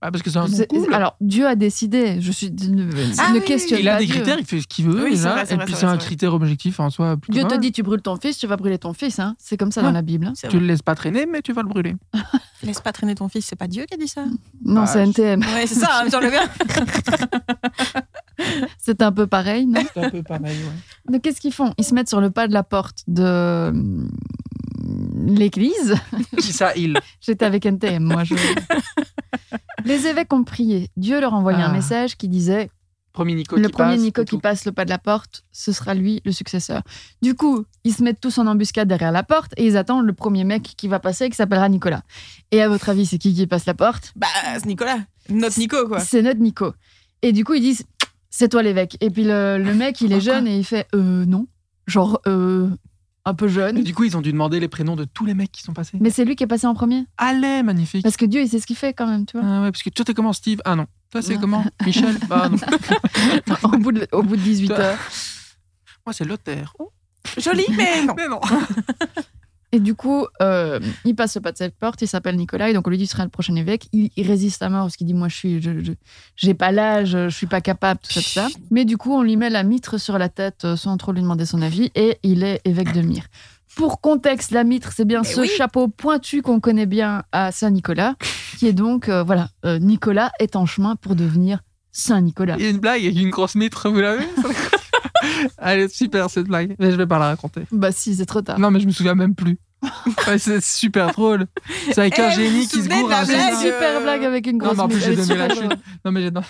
S2: Ah, parce que c'est un bon
S3: C'est-
S2: couple.
S3: Alors, Dieu a décidé. Je suis. Ne,
S4: Ah
S3: ne
S4: oui,
S3: questionne
S4: oui,
S2: il a
S3: pas
S2: des
S3: Dieu.
S2: critères, il fait ce qu'il veut
S4: Oui, c'est
S2: déjà.
S4: vrai, c'est
S2: et
S4: vrai,
S2: puis
S4: c'est
S2: c'est
S4: vrai,
S2: un
S4: c'est
S2: critère objectif en soi. plutôt
S3: Dieu
S2: pas
S3: te
S2: mal.
S3: dit tu brûles ton fils, tu vas brûler ton fils. hein. C'est comme ça dans
S2: Ouais.
S3: la Bible. hein.
S2: Tu le laisses pas traîner, mais tu vas le brûler.
S4: Laisse pas traîner ton fils, c'est pas Dieu qui a dit ça.
S3: Non,
S2: Ah,
S3: c'est NTM.
S4: Ouais, c'est ça, hein, sur le verre.
S3: C'est un peu pareil, non
S2: C'est un peu pas mal, ouais.
S3: Donc, qu'est-ce qu'ils font Ils se mettent sur le pas de la porte de l'église.
S2: Qui ça, il
S3: J'étais avec NTM, moi. Je... Les évêques ont prié. Dieu leur envoyait un
S2: Ah.
S3: message qui disait
S2: Premier Nico
S3: le
S2: qui
S3: premier
S2: passe,
S3: Nico
S2: et
S3: qui
S2: tout.
S3: passe le pas de la porte, ce sera lui le successeur. Du coup, ils se mettent tous en embuscade derrière la porte et ils attendent le premier mec qui va passer et qui s'appellera Nicolas. Et à votre avis, c'est qui qui passe la porte
S4: Bah, c'est Nicolas. Notre Nico, quoi.
S3: C'est notre Nico. Et du coup, ils disent c'est toi l'évêque. Et puis le, le mec, il est jeune et il fait euh non, genre euh un peu
S2: Mais
S3: jeune.
S2: du coup, ils ont dû demander les prénoms de tous les mecs qui sont passés.
S3: Mais c'est lui qui est passé en premier
S2: Allez, magnifique.
S3: parce que Dieu, il sait ce qu'il fait quand même, tu vois.
S2: Ah ouais, parce que toi, t'es comment, Steve Ah non. Toi, c'est
S3: Non.
S2: comment Michel Bah non.
S3: au, bout de, au bout de 18
S2: Toi.
S3: heures.
S2: Moi, c'est Lothaire. Oh,
S4: Joli, mais non.
S2: mais non.
S3: Et du coup, euh, il passe au pas de cette porte, il s'appelle Nicolas, et donc on lui dit tu seras le prochain évêque. Il, il résiste à mort parce qu'il dit moi je suis, je, je- j'ai pas l'âge, je suis pas capable, tout ça, tout ça. Mais du coup, on lui met la mitre sur la tête euh, sans trop lui demander son avis, et il est évêque de Myre. Pour contexte, la mitre, c'est
S2: Eh
S3: bien
S4: Mais
S3: ce
S4: oui.
S3: chapeau pointu qu'on connaît bien à Saint Nicolas, qui est donc euh, voilà, euh, Nicolas est en chemin pour devenir Saint Nicolas.
S2: Il y a une blague, il y a une grosse mitre, vous l'avez Elle est super cette blague, mais je vais pas la raconter.
S3: Bah si, c'est trop tard.
S2: Non, mais je me souviens même plus. Ouais, c'est super drôle. C'est avec
S4: Eh,
S2: un
S4: vous vous
S2: génie qui se
S4: souvenez de
S2: gourre.
S4: la
S2: à un
S3: C'est une
S4: blague,
S2: génie.
S3: super
S4: euh,
S3: blague avec une grosse
S2: mais en plus,
S3: mitre,
S2: j'ai
S3: elle est
S2: donné la
S3: super
S2: chute.
S3: drôle.
S2: Non, mais j'ai non,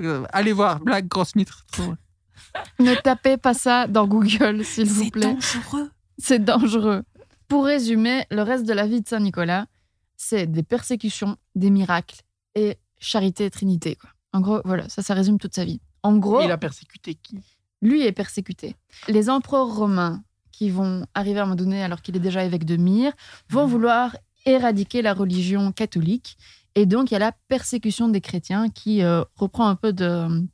S2: Euh, Allez voir, blague grosse mitre. trop drôle.
S3: Ne tapez pas ça dans Google, s'il vous
S4: C'est
S3: plaît.
S4: dangereux.
S3: C'est dangereux. Pour résumer, le reste de la vie de Saint Nicolas, c'est des persécutions, des miracles et charité et trinité. quoi. En gros, voilà, ça, ça résume toute sa vie. En
S4: Oh.
S3: gros,
S2: Il a persécuté qui
S3: lui est persécuté. Les empereurs romains qui vont arriver à un moment donné, alors qu'il est déjà évêque de Myre, vont vouloir éradiquer la religion catholique. Et donc, il y a la persécution des chrétiens qui euh, reprend un peu de,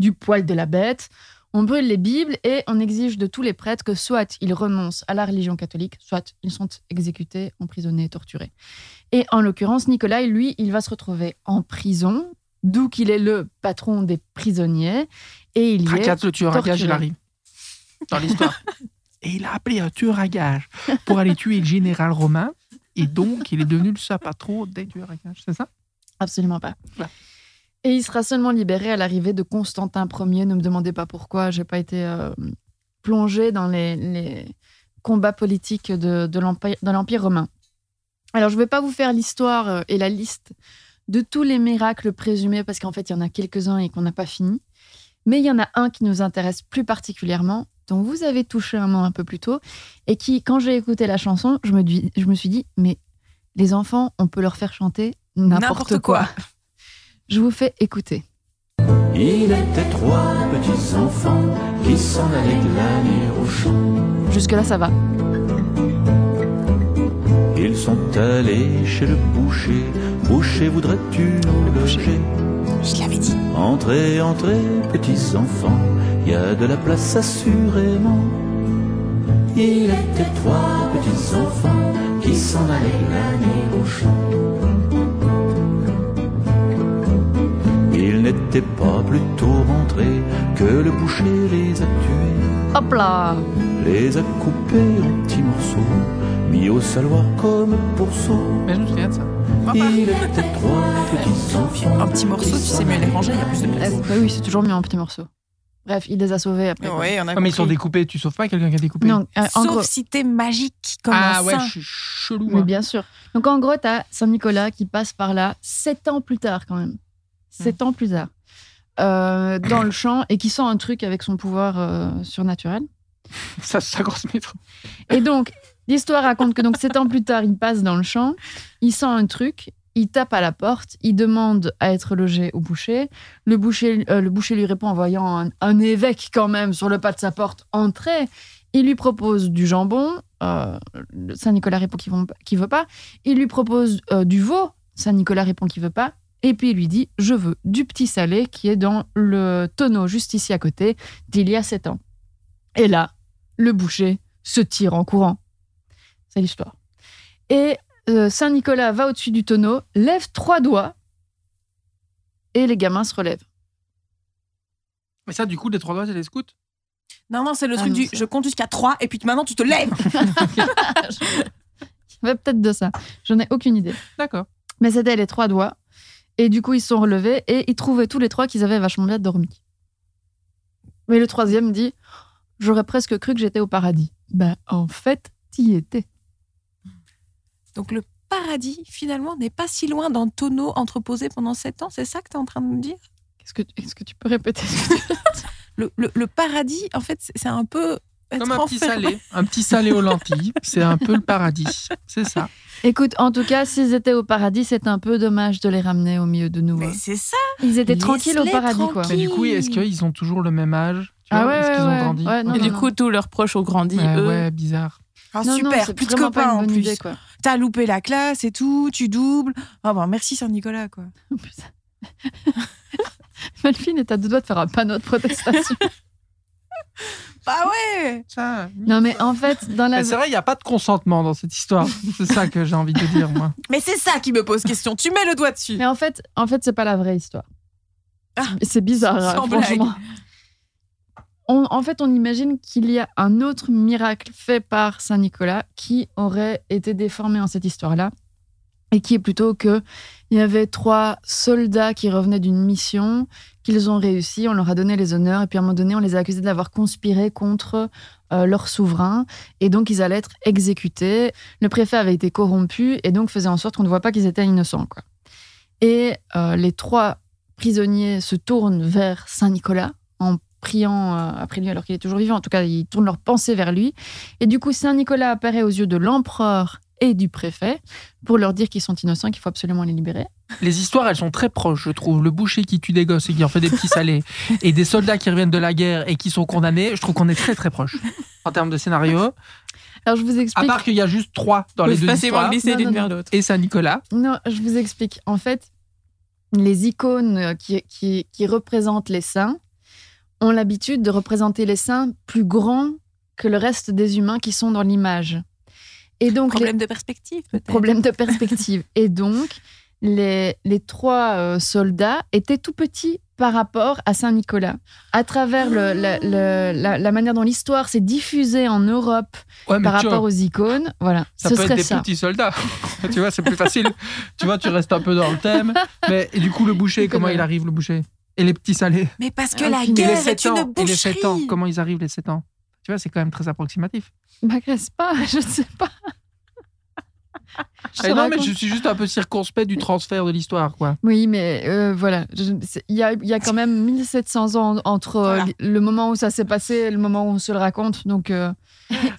S3: du poil de la bête. On brûle les Bibles et on exige de tous les prêtres que soit ils renoncent à la religion catholique, soit ils sont exécutés, emprisonnés, torturés. Et en l'occurrence, Nicolas, lui, il va se retrouver en prison, d'où qu'il est le patron des prisonniers. Et il y est.
S2: Tracasse le tueur à gage,
S3: torturé.
S2: il arrive. Dans l'histoire. et il a appelé un tueur à gage pour aller tuer le général romain. Et donc, il est devenu le sapatro des tueurs à gage, c'est ça
S3: Absolument pas.
S2: Voilà.
S3: Et il sera seulement libéré à l'arrivée de Constantin Ier. Ne me demandez pas pourquoi, j'ai pas été euh, plongée dans les, les combats politiques de, de l'Empire de l'Empire romain. Alors, je vais pas vous faire l'histoire euh, et la liste de tous les miracles présumés, parce qu'en fait, il y en a quelques-uns et qu'on n'a pas fini. Mais il y en a un qui nous intéresse plus particulièrement, dont vous avez touché un mot un peu plus tôt, et qui, quand j'ai écouté la chanson, je me, dis- je me suis dit, mais les enfants, on peut leur faire chanter n'importe
S4: N'importe
S3: quoi.
S4: quoi.
S3: Je vous fais écouter.
S7: Il était trois petits enfants qui s'en allaient glaner au champ.
S3: Jusque-là, ça va.
S7: Ils sont allés chez le boucher. Boucher, voudrais-tu nous loger
S4: Je l'avais dit.
S7: Entrez, entrez, petits enfants, il y a de la place assurément. Il était trois petits enfants qui s'en allaient glaner au champ. Ils n'étaient pas plus tôt rentrés que le boucher les a tués.
S3: Hop là
S7: les a coupés en petits morceaux, mis au saloir comme pourceau.
S2: Mais je me souviens de ça.
S7: Il était trois petits enfants.
S4: Un petit morceau, tu sais mieux les ranger, il y a plus de
S3: Ah,
S4: place.
S3: Bah oui, c'est toujours mieux en petits morceaux. Bref, il les a sauvés après. quoi.
S4: Ouais, on a
S2: Ah, mais ils sont
S4: compris.
S2: découpés, tu sauves pas quelqu'un qui est découpé
S3: Non, euh, en
S4: Sauf
S3: gros,
S4: si t'es magique comme
S2: Ah
S4: un
S2: ouais,
S4: saint.
S2: je suis chelou. hein.
S3: mais
S2: moi.
S3: bien sûr. Donc en gros, t'as Saint-Nicolas qui passe par là sept ans plus tard quand même. Sept
S4: Hmm.
S3: ans plus tard. Euh, dans le champ et qui sent un truc avec son pouvoir euh, surnaturel.
S2: Ça, ça grosse mitre.
S3: Et donc, l'histoire raconte que donc sept ans plus tard, il passe dans le champ, il sent un truc, il tape à la porte, il demande à être logé au boucher. Le boucher, euh, le boucher lui répond en voyant un, un évêque quand même sur le pas de sa porte entrer. Il lui propose du jambon. euh, le Saint-Nicolas répond qu'il ne veut pas. Il lui propose euh, du veau. Saint-Nicolas répond qu'il veut pas. Et puis il lui dit Je veux du petit salé qui est dans le tonneau juste ici à côté d'il y a sept ans. Et là, le boucher se tire en courant. C'est l'histoire. Et euh, Saint-Nicolas va au-dessus du tonneau, lève trois doigts et les gamins se relèvent.
S2: Mais ça, du coup, les trois doigts, c'est les scouts
S4: Non, non, c'est le
S3: Ah
S4: truc
S3: non,
S4: du
S3: ça-
S4: je compte jusqu'à 3 et puis maintenant tu te lèves.
S3: Il y avait peut-être de ça. J'en ai aucune idée.
S2: D'accord.
S3: Mais c'était les trois doigts. Et du coup, ils se sont relevés et ils trouvaient tous les trois qu'ils avaient vachement bien dormi. Mais le troisième dit J'aurais presque cru que j'étais au paradis. Bah, en fait, t'y étais.
S4: Donc le paradis, finalement, n'est pas si loin d'un tonneau entreposé pendant 7 ans. C'est ça que tu es en train de nous dire
S3: Qu'est-ce que, est-ce que tu peux répéter ce que tu-
S4: le, le- le paradis, en fait, c'est- c'est un peu. être
S2: Comme un petit
S4: enfermé.
S2: salé. Un petit salé aux lentilles. C'est un peu le paradis. C'est ça.
S3: Écoute, en tout cas, s'ils étaient au paradis, c'est un peu dommage de les ramener au milieu de nous.
S4: Mais
S3: hein.
S4: c'est ça.
S3: Ils étaient tranquilles au
S4: laisse-les
S3: paradis, quoi.
S4: tranquilles.
S2: Mais du coup, est-ce qu'ils ont toujours le même âge tu
S3: Ah
S2: vois,
S3: ouais,
S2: Est-ce qu'ils
S3: ouais,
S2: ont
S3: ouais.
S2: grandi
S3: Ouais, non,
S5: Et
S2: Ok.
S5: du coup, tous leurs proches ont grandi,
S2: Ouais,
S5: eux.
S2: ouais, euh, bizarre.
S4: Ah,
S3: Non, non,
S4: super,
S3: c'est
S4: plus de
S3: vraiment pas
S4: copains
S3: une
S4: en
S3: bonne
S4: plus.
S3: idée, quoi.
S4: T'as loupé la classe et tout, tu doubles. Ah bah merci Saint-Nicolas, quoi.
S3: En plus- Melvin est à deux doigts de faire un panneau de protestation.
S4: Bah ouais
S2: Ça,
S3: non, mais en fait, dans la.
S2: Mais c'est vrai, il n'y a pas de consentement dans cette histoire. C'est ça que j'ai envie de dire, moi.
S4: Mais c'est ça qui me pose question. Tu mets le doigt dessus.
S3: Mais en fait, en fait, c'est pas la vraie histoire.
S4: Ah,
S3: C'est- c'est bizarre,
S4: sans
S3: hein,
S4: blague.
S3: franchement. On- en fait, on imagine qu'il y a un autre miracle fait par Saint Nicolas qui aurait été déformé en cette histoire-là, et qui est plutôt que il y avait trois soldats qui revenaient d'une mission, qu'ils ont réussi, on leur a donné les honneurs, et puis à un moment donné, on les a accusés d'avoir conspiré contre euh, leur souverain, et donc ils allaient être exécutés. Le préfet avait été corrompu, et donc faisait en sorte qu'on ne voit pas qu'ils étaient innocents. Quoi. Et euh, les trois prisonniers se tournent vers Saint Nicolas en priant euh, après lui alors qu'il est toujours vivant. En tout cas, ils tournent leur pensée vers lui. Et du coup, Saint Nicolas apparaît aux yeux de l'empereur et du préfet pour leur dire qu'ils sont innocents, qu'il faut absolument les libérer.
S2: Les histoires, elles sont très proches, je trouve. Le boucher qui tue des gosses et qui en fait des petits salés, et des soldats qui reviennent de la guerre et qui sont condamnés, je trouve qu'on est très très proches en termes de scénario.
S3: Alors, je vous
S2: À
S3: explique.
S2: part qu'il y a juste trois dans les
S5: Ils peuvent
S2: deux
S5: facilement
S2: histoires.
S5: glisser
S3: Non,
S5: d'une
S3: non,
S5: vers
S3: non.
S5: l'autre.
S2: Et Saint-Nicolas.
S3: Non, je vous explique. En fait, les icônes euh, qui, qui, qui représentent les saints ont l'habitude de représenter les saints plus grands que le reste des humains qui sont dans l'image. Et donc,
S2: Oh,
S3: les-
S4: Problème de perspective, peut-être.
S3: Problème de perspective. Et donc, les, les trois euh, soldats étaient tout petits par rapport à Saint-Nicolas. À travers le- la, le- la- la manière dont l'histoire s'est diffusée en Europe
S2: Ouais, Ah, mais
S3: par
S2: tu vois,
S3: rapport aux icônes, voilà,
S2: ça
S3: ce
S2: peut être
S3: serait
S2: des
S3: ça.
S2: petits soldats. tu vois, c'est plus facile. tu vois, tu restes un peu dans le thème. Mais et du coup, le boucher,
S3: Oui,
S2: comment
S3: comme-
S2: il arrive, le boucher Et les petits salés
S4: Mais parce que
S3: Ah,
S4: la
S3: aucune idée.
S2: Et les
S4: guerre est
S2: 7
S4: une
S2: ans Et les
S4: boucherie.
S2: 7 ans, comment ils arrivent, les 7 ans Tu vois, c'est quand même très approximatif.
S3: M'agresse Bah, pas, je ne sais pas. Je te
S2: Eh non, mais
S3: raconte-
S2: je suis juste un peu circonspect du transfert de l'histoire, quoi.
S3: Oui, mais euh, voilà, Je- c'est- il y a, il y a quand même 1700 ans entre euh,
S4: Voilà.
S3: li- le moment où ça s'est passé et le moment où on se le raconte. Donc, euh,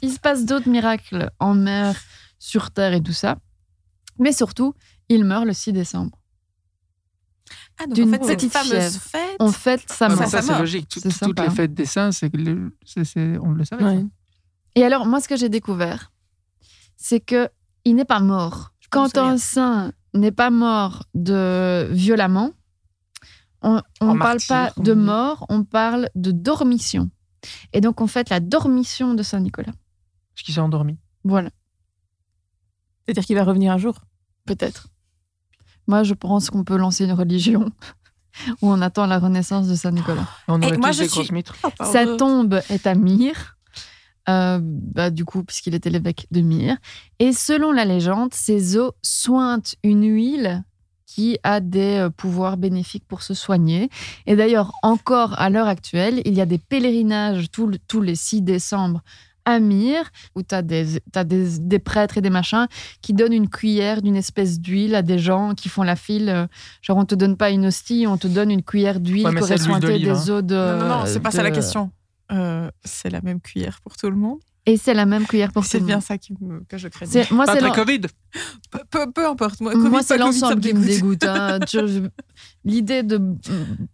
S3: il se passe d'autres miracles en mer, sur Terre et tout ça. Mais surtout, il meurt le 6 décembre.
S4: Ah, donc
S3: D'une
S4: en fait, cette
S3: petite
S4: fameuse
S3: fièvre.
S4: fête.
S3: On fête sa
S2: Ah, mais
S3: mort.
S4: Ça,
S2: ça,
S4: ça
S2: c'est
S4: meurt.
S2: logique. Tout- tout-
S3: C'est
S2: toutes
S3: sympa.
S2: les fêtes des saints, c'est que le- c'est- c'est- on le savait. ça.
S5: Ouais.
S3: Et alors, moi, ce que j'ai découvert, c'est que il n'est pas mort.
S4: peux me
S3: Quand un saint n'est pas mort de violemment, on on
S2: En
S3: ne parle
S2: martyr,
S3: pas
S2: on
S3: de
S2: dit.
S3: mort, on parle de dormition. Et donc, on fête la dormition de Saint Nicolas.
S2: Parce qu'il s'est endormi.
S3: Voilà,
S5: C'est-à-dire qu'il va revenir un jour.
S3: peut-être. Moi, je pense qu'on peut lancer une religion où on attend la renaissance de Saint Nicolas.
S2: On
S4: Eh,
S2: aurait
S4: moi,
S2: tous
S4: je
S2: des
S4: suis-
S2: grosses mitres.
S4: Oh, pardon.
S3: Sa tombe est à Myre, euh, bah, du coup, puisqu'il était l'évêque de Myre. Et selon la légende, ses eaux sointent une huile qui a des euh, pouvoirs bénéfiques pour se soigner. Et d'ailleurs, encore à l'heure actuelle, il y a des pèlerinages tout le- tous les 6 décembre à Myre, où tu as, des, t'as des, des prêtres et des machins qui donnent une cuillère d'une espèce d'huile à des gens qui font la file. euh, Genre, on te donne pas une hostie, on te donne une cuillère d'huile
S2: Ouais, mais
S3: qui aurait
S2: c'est de l'huile
S3: sointé
S2: d'olive, hein.
S3: des eaux de...
S4: Non, non, non, c'est pas ça la
S3: de-
S4: question. Euh, c'est la même cuillère pour tout le monde.
S3: et c'est la même cuillère pour tout
S4: C'est
S3: le
S4: bien
S3: monde.
S4: ça qui me- que je craignais.
S3: C'est- Moi,
S2: Pas
S3: c'est l'en-
S2: après Covid.
S4: Peu, peu- peu importe. Moi, Covid,
S3: moi,
S4: pas
S3: c'est
S4: Covid, ça
S3: l'ensemble
S4: me
S3: qui me
S4: dégoûte.
S3: dégoûte. hein. Tu- je- L'idée de mm,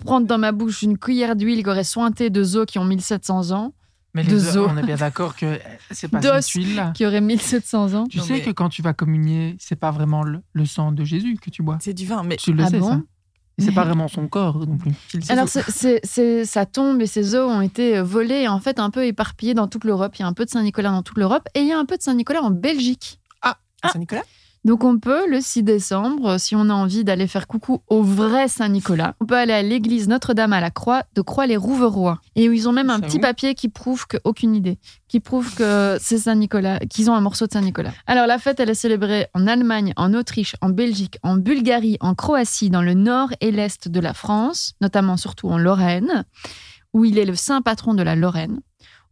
S3: prendre dans ma bouche une cuillère d'huile qui aurait sointé deux os qui ont 1700 ans,
S2: Mais
S3: De
S2: les
S3: zoo.
S2: os, on est bien d'accord que eh, c'est pas
S3: Dos.
S2: cette huile-là.
S3: qui aurait 1700 ans.
S2: Tu
S4: Non,
S2: sais
S4: mais-
S2: que quand tu vas communier, c'est pas vraiment le, le sang de Jésus que tu bois.
S4: C'est du vin, mais
S2: Tu le
S3: Ah
S2: sais,
S3: bon
S2: ça. Et c'est
S3: Mais-
S2: pas vraiment son corps non plus.
S3: Alors, c'est- c'est- c'est- sa tombe et ses os ont été euh, volés et en fait un peu éparpillés dans toute l'Europe. Il y a un peu de Saint-Nicolas dans toute l'Europe et il y a un peu de Saint-Nicolas en Belgique.
S4: Ah, Saint-Nicolas
S3: Donc on peut, le 6 décembre, euh, si on a envie d'aller faire coucou au vrai Saint-Nicolas, on peut aller à l'église Notre-Dame à la Croix de Croix-les-Rouverois. Et où ils ont même un
S2: C'est
S3: petit
S2: où
S3: papier qui prouve que, aucune idée, qui prouve que c'est Saint-Nicolas, qu'ils ont un morceau de Saint-Nicolas. Alors la fête, elle est célébrée en Allemagne, en Autriche, en Belgique, en Bulgarie, en Croatie, dans le nord et l'est de la France, notamment surtout en Lorraine, où il est le saint patron de la Lorraine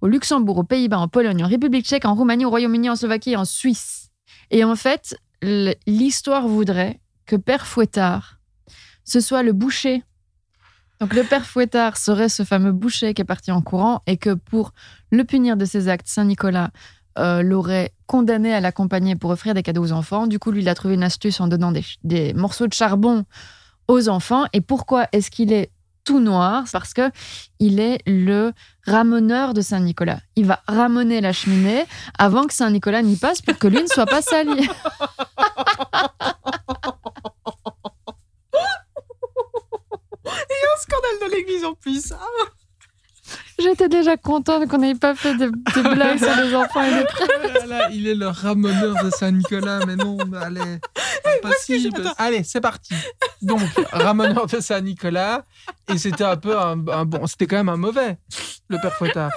S3: au Luxembourg, aux Pays-Bas, en Pologne, en République tchèque, en Roumanie, au Royaume-Uni, en Slovaquie et en Suisse. Et en fait, l- l'histoire voudrait que Père Fouettard, ce soit le boucher. Donc le Père Fouettard serait ce fameux boucher qui est parti en courant et que pour le punir de ses actes, Saint-Nicolas euh, l'aurait condamné à l'accompagner pour offrir des cadeaux aux enfants. Du coup, lui, il a trouvé une astuce en donnant des, ch- des morceaux de charbon aux enfants. Et pourquoi est-ce qu'il est tout noir C'est Parce que il est le ramoneur de Saint-Nicolas. Il va ramoner la cheminée avant que Saint-Nicolas n'y passe pour que lui ne soit pas sali.
S4: Scandale de l'église en plus.
S3: J'étais déjà contente qu'on n'ait pas fait des, des blagues sur les enfants et les prêtres.
S2: Oh là là, il est le ramoneur de Saint-Nicolas, mais non, mais allez, c'est pas si- Allez, c'est parti. Donc, ramoneur de Saint-Nicolas, et c'était un peu un, un bon, c'était quand même un mauvais, le père Fouettard.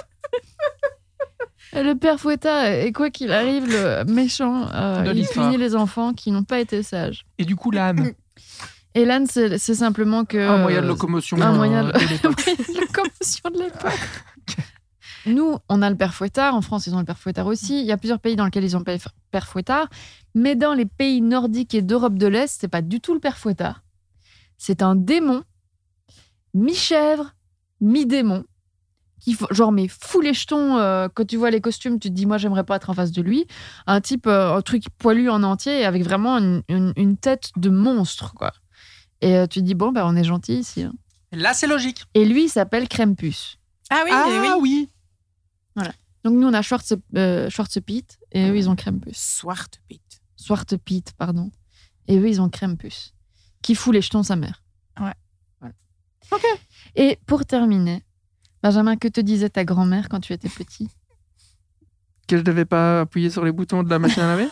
S3: Et Le père Fouettard est, quoi qu'il arrive, le méchant, euh,
S2: De
S3: il
S2: l'histoire.
S3: punit les enfants qui n'ont pas été sages.
S2: Et du coup, l'âme,
S3: Et l'âne, c'est c'est simplement que...
S2: Euh,
S3: euh,
S2: un moyen de locomotion.
S3: un moyen de-
S2: euh, l'époque.
S3: la commotion de l'époque. Nous, on a le père Fouettard. En France, ils ont le père Fouettard aussi. Il y a plusieurs pays dans lesquels ils ont le père- père Fouettard. Mais dans les pays nordiques et d'Europe de l'Est, c'est pas du tout le père Fouettard. C'est un démon, mi-chèvre, mi-démon, qui, fo- genre, mais fou les jetons. euh, quand tu vois les costumes, tu te dis, moi, j'aimerais pas être en face de lui. Un type, euh, un truc poilu en entier, avec vraiment une, une- une tête de monstre, quoi. Et euh, tu te dis, bon, bah, on est gentil ici. hein.
S2: Là, c'est logique.
S3: Et lui, il s'appelle Crempus.
S4: Ah oui,
S2: ah
S4: mais oui.
S2: oui.
S3: Donc nous, on a Schwarze, euh, Schwarzepit et eux, ils ont Crempus.
S4: Swartpit.
S3: Swartepit, pardon. Et eux, ils ont Crempus, qui fout les jetons sa mère.
S4: Ouais.
S3: Voilà. Et pour terminer, Benjamin, que te disait ta grand-mère quand tu étais petit
S2: Que je devais pas appuyer sur les boutons de la machine à laver.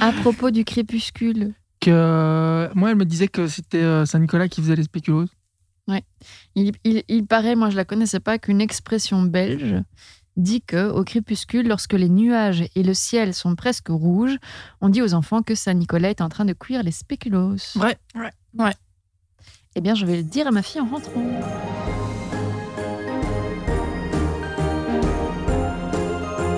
S3: à propos du crépuscule
S2: que moi, elle me disait que c'était euh, Saint-Nicolas qui faisait les spéculoos.
S3: il, il- il paraît, moi je la connaissais pas, qu'une expression belge dit que au crépuscule, lorsque les nuages et le ciel sont presque rouges, on dit aux enfants que Saint-Nicolas est en train de cuire les spéculoos.
S2: Vrai.
S4: Ouais.
S5: Ouais.
S3: Eh bien, je vais le dire à ma fille en rentrant. Eh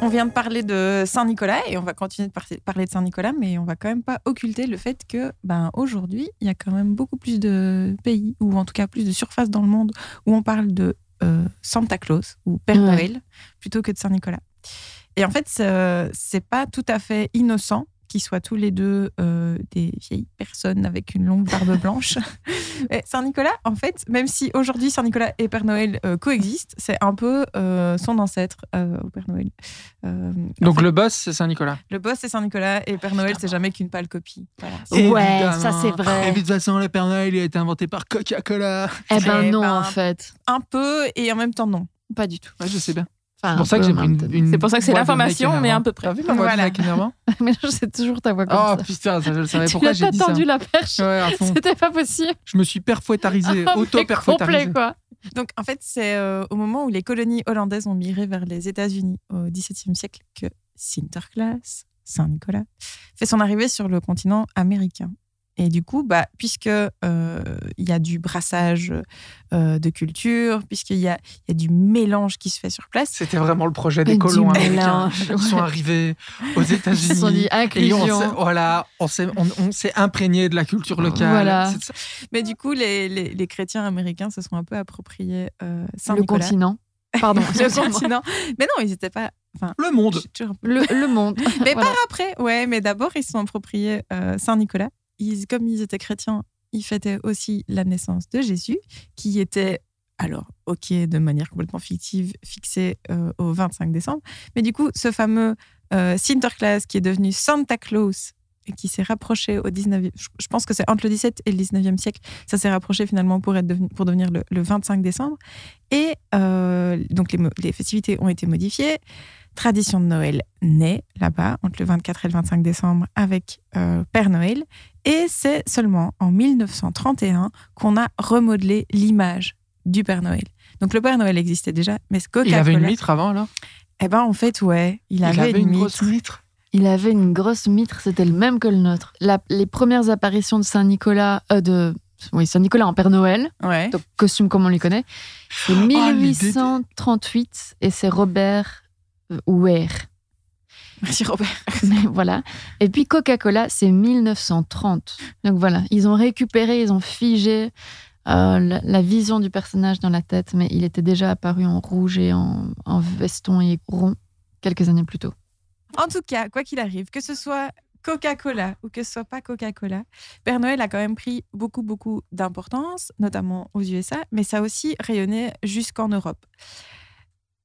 S4: On vient de parler de Saint-Nicolas et on va continuer de par- parler de Saint-Nicolas, mais on va quand même pas occulter le fait que, ben, aujourd'hui, il y a quand même beaucoup plus de pays, ou en tout cas plus de surfaces dans le monde, où on parle de euh, Santa Claus ou Père
S3: Ouais.
S4: Noël plutôt que de Saint-Nicolas. Et en fait, c'est- c'est pas tout à fait innocent qu'ils soient tous les deux euh, des vieilles personnes avec une longue barbe blanche. Mais Saint-Nicolas, en fait, même si aujourd'hui Saint-Nicolas et Père Noël euh, coexistent, c'est un peu euh, son ancêtre euh, au Père Noël. Euh, en
S2: Donc
S4: fait,
S2: le boss, c'est Saint-Nicolas.
S4: le boss, c'est Saint-Nicolas et Père Noël, c'est jamais qu'une pâle copie. Voilà.
S3: Ouais, ça, c'est vrai.
S2: Et puis de toute façon, le Père Noël, il a été inventé par Coca-Cola.
S3: Eh ben
S4: Eh
S3: non,
S4: ben.
S3: en fait.
S4: Un peu et en même temps, non.
S3: Pas du tout.
S2: Ouais, je sais bien.
S3: Enfin,
S2: C'est pour ça
S3: un
S2: que
S3: peu
S2: j'ai pris
S3: en même temps.
S2: une, une
S5: C'est pour ça que c'est
S2: voix de
S5: l'information,
S2: mec
S5: mais
S2: énervant.
S5: à peu près.
S2: T'as vu ma voix de
S4: Voilà.
S2: mec énervant
S3: Mais je sais toujours ta voix comme
S2: Oh
S3: ça.
S2: putain, ça, je le savais.
S3: tu
S2: Pourquoi
S3: n'as
S2: j'ai
S3: pas
S2: dit ça
S3: tendu la perche.
S2: Ouais, à fond.
S3: C'était pas possible.
S2: Je me suis perfouettarisé,
S3: Ah, mais
S2: auto-perfouettarisé.
S3: complet, quoi.
S4: Donc, en fait, c'est euh, au moment où les colonies hollandaises ont migré vers les États-Unis au XVIIe siècle que Sinterklaas, Saint-Nicolas, fait son arrivée sur le continent américain. Et du coup, bah, puisque euh, il y a du brassage euh, de culture, puisqu'il y a, il y a du mélange qui se fait sur place,
S2: C'était vraiment le projet des
S3: Du
S2: colons américains.
S3: mélange,
S2: Ils sont
S3: ouais.
S2: arrivés aux
S3: Ils se sont dit
S2: États-Unis. Et on s'est,
S3: inclusion.
S2: voilà, on s'est, on, on s'est imprégné de la culture locale.
S3: Voilà.
S2: C'est ça.
S4: mais du coup, les, les- les chrétiens américains se sont un peu appropriés euh,
S3: Le
S4: Saint-Nicolas.
S3: continent. Pardon.
S4: le continent. Mais non, ils n'étaient pas. Enfin,
S2: Le
S4: je
S2: monde.
S4: suis toujours un peu-
S3: Le, le monde.
S4: Mais
S3: Voilà.
S4: par après, ouais, mais d'abord, ils se sont appropriés euh, Saint-Nicolas. Ils, comme ils étaient chrétiens, ils fêtaient aussi la naissance de Jésus, qui était, alors, ok, de manière complètement fictive, fixée euh, au 25 décembre. Mais du coup, ce fameux euh, Sinterklaas qui est devenu Santa Claus, et qui s'est rapproché au 19e. Je je pense que c'est entre le 17 et le 19e siècle. Ça s'est rapproché finalement pour, être devenu- pour devenir le, le 25 décembre. Et euh, donc les, mo- les festivités ont été modifiées. Tradition de Noël naît là-bas entre le 24 et le 25 décembre avec euh, Père Noël. Et c'est seulement en 1931 qu'on a remodelé l'image du Père Noël. Donc le Père Noël existait déjà, mais ce
S2: Il
S4: Coca-Cola.
S2: avait une mitre avant, là
S4: Eh ben en fait ouais, il,
S2: Il
S4: avait, une mitre.
S2: grosse mitre.
S3: Il avait une grosse mitre, c'était le même que le nôtre. La- les premières apparitions de Saint-Nicolas, euh, de oui, Saint-Nicolas en Père Noël,
S4: Ouais.
S3: donc costume comme on les connaît,
S4: Oh,
S3: c'est
S2: l'idée de-
S3: 1838 et c'est Robert euh, Ware.
S4: Merci Robert.
S3: Mais voilà. Et puis Coca-Cola, c'est 1930. Donc voilà, ils ont récupéré, ils ont figé euh, la, la vision du personnage dans la tête, mais il était déjà apparu en rouge et en, en veston et rond quelques années plus tôt.
S4: En tout cas, quoi qu'il arrive, que ce soit Coca-Cola ou que ce soit pas Coca-Cola, Père Noël a quand même pris beaucoup beaucoup d'importance, notamment aux USA, mais ça a aussi rayonné jusqu'en Europe.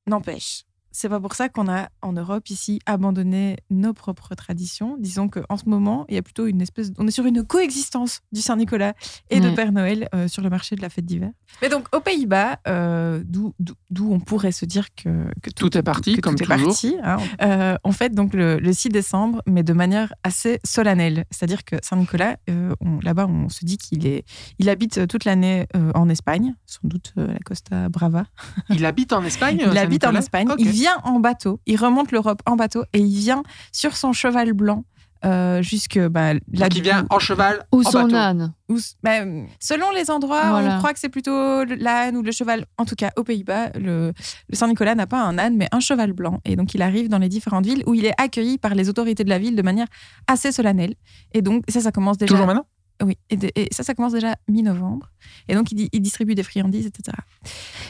S4: N'empêche, c'est pas pour ça qu'on a en Europe ici abandonné nos propres traditions. Disons que en ce moment, il y a plutôt une espèce, on est sur une coexistence du Saint Nicolas et de
S3: Ouais.
S4: Père Noël euh, sur le marché de la fête d'hiver. Mais donc aux Pays-Bas, euh, d'où d'où- d'où on pourrait se dire que, que
S2: Tout est parti,
S4: que
S2: comme
S4: tout est
S2: toujours.
S4: parti, hein. Euh, on fête donc le, le 6 décembre, mais de manière assez solennelle. C'est-à-dire que Saint-Nicolas, euh, on- là-bas, on se dit qu'il est, il habite toute l'année euh, en Espagne, sans doute euh, la Costa Brava.
S2: Il habite en Espagne euh,
S4: Il habite en
S2: Saint-Nicolas
S4: Espagne.
S2: Ok.
S4: Il vient en bateau. Il remonte l'Europe en bateau et il vient sur son cheval blanc euh, jusque bah, là.
S2: Donc, il vient en cheval,
S3: Ou
S2: en
S3: son
S2: bateau.
S3: âne.
S4: où- bah, euh, selon les endroits,
S3: Voilà.
S4: on croit que c'est plutôt le- l'âne ou le cheval. En tout cas, aux Pays-Bas, le, le Saint-Nicolas n'a pas un âne, mais un cheval blanc. Et donc, il arrive dans les différentes villes où il est accueilli par les autorités de la ville de manière assez solennelle. Et donc, ça, ça commence déjà.
S2: Toujours maintenant
S4: Oui, et, de- et ça, ça commence déjà mi-novembre. Et donc, il, di- il distribue des friandises, etc.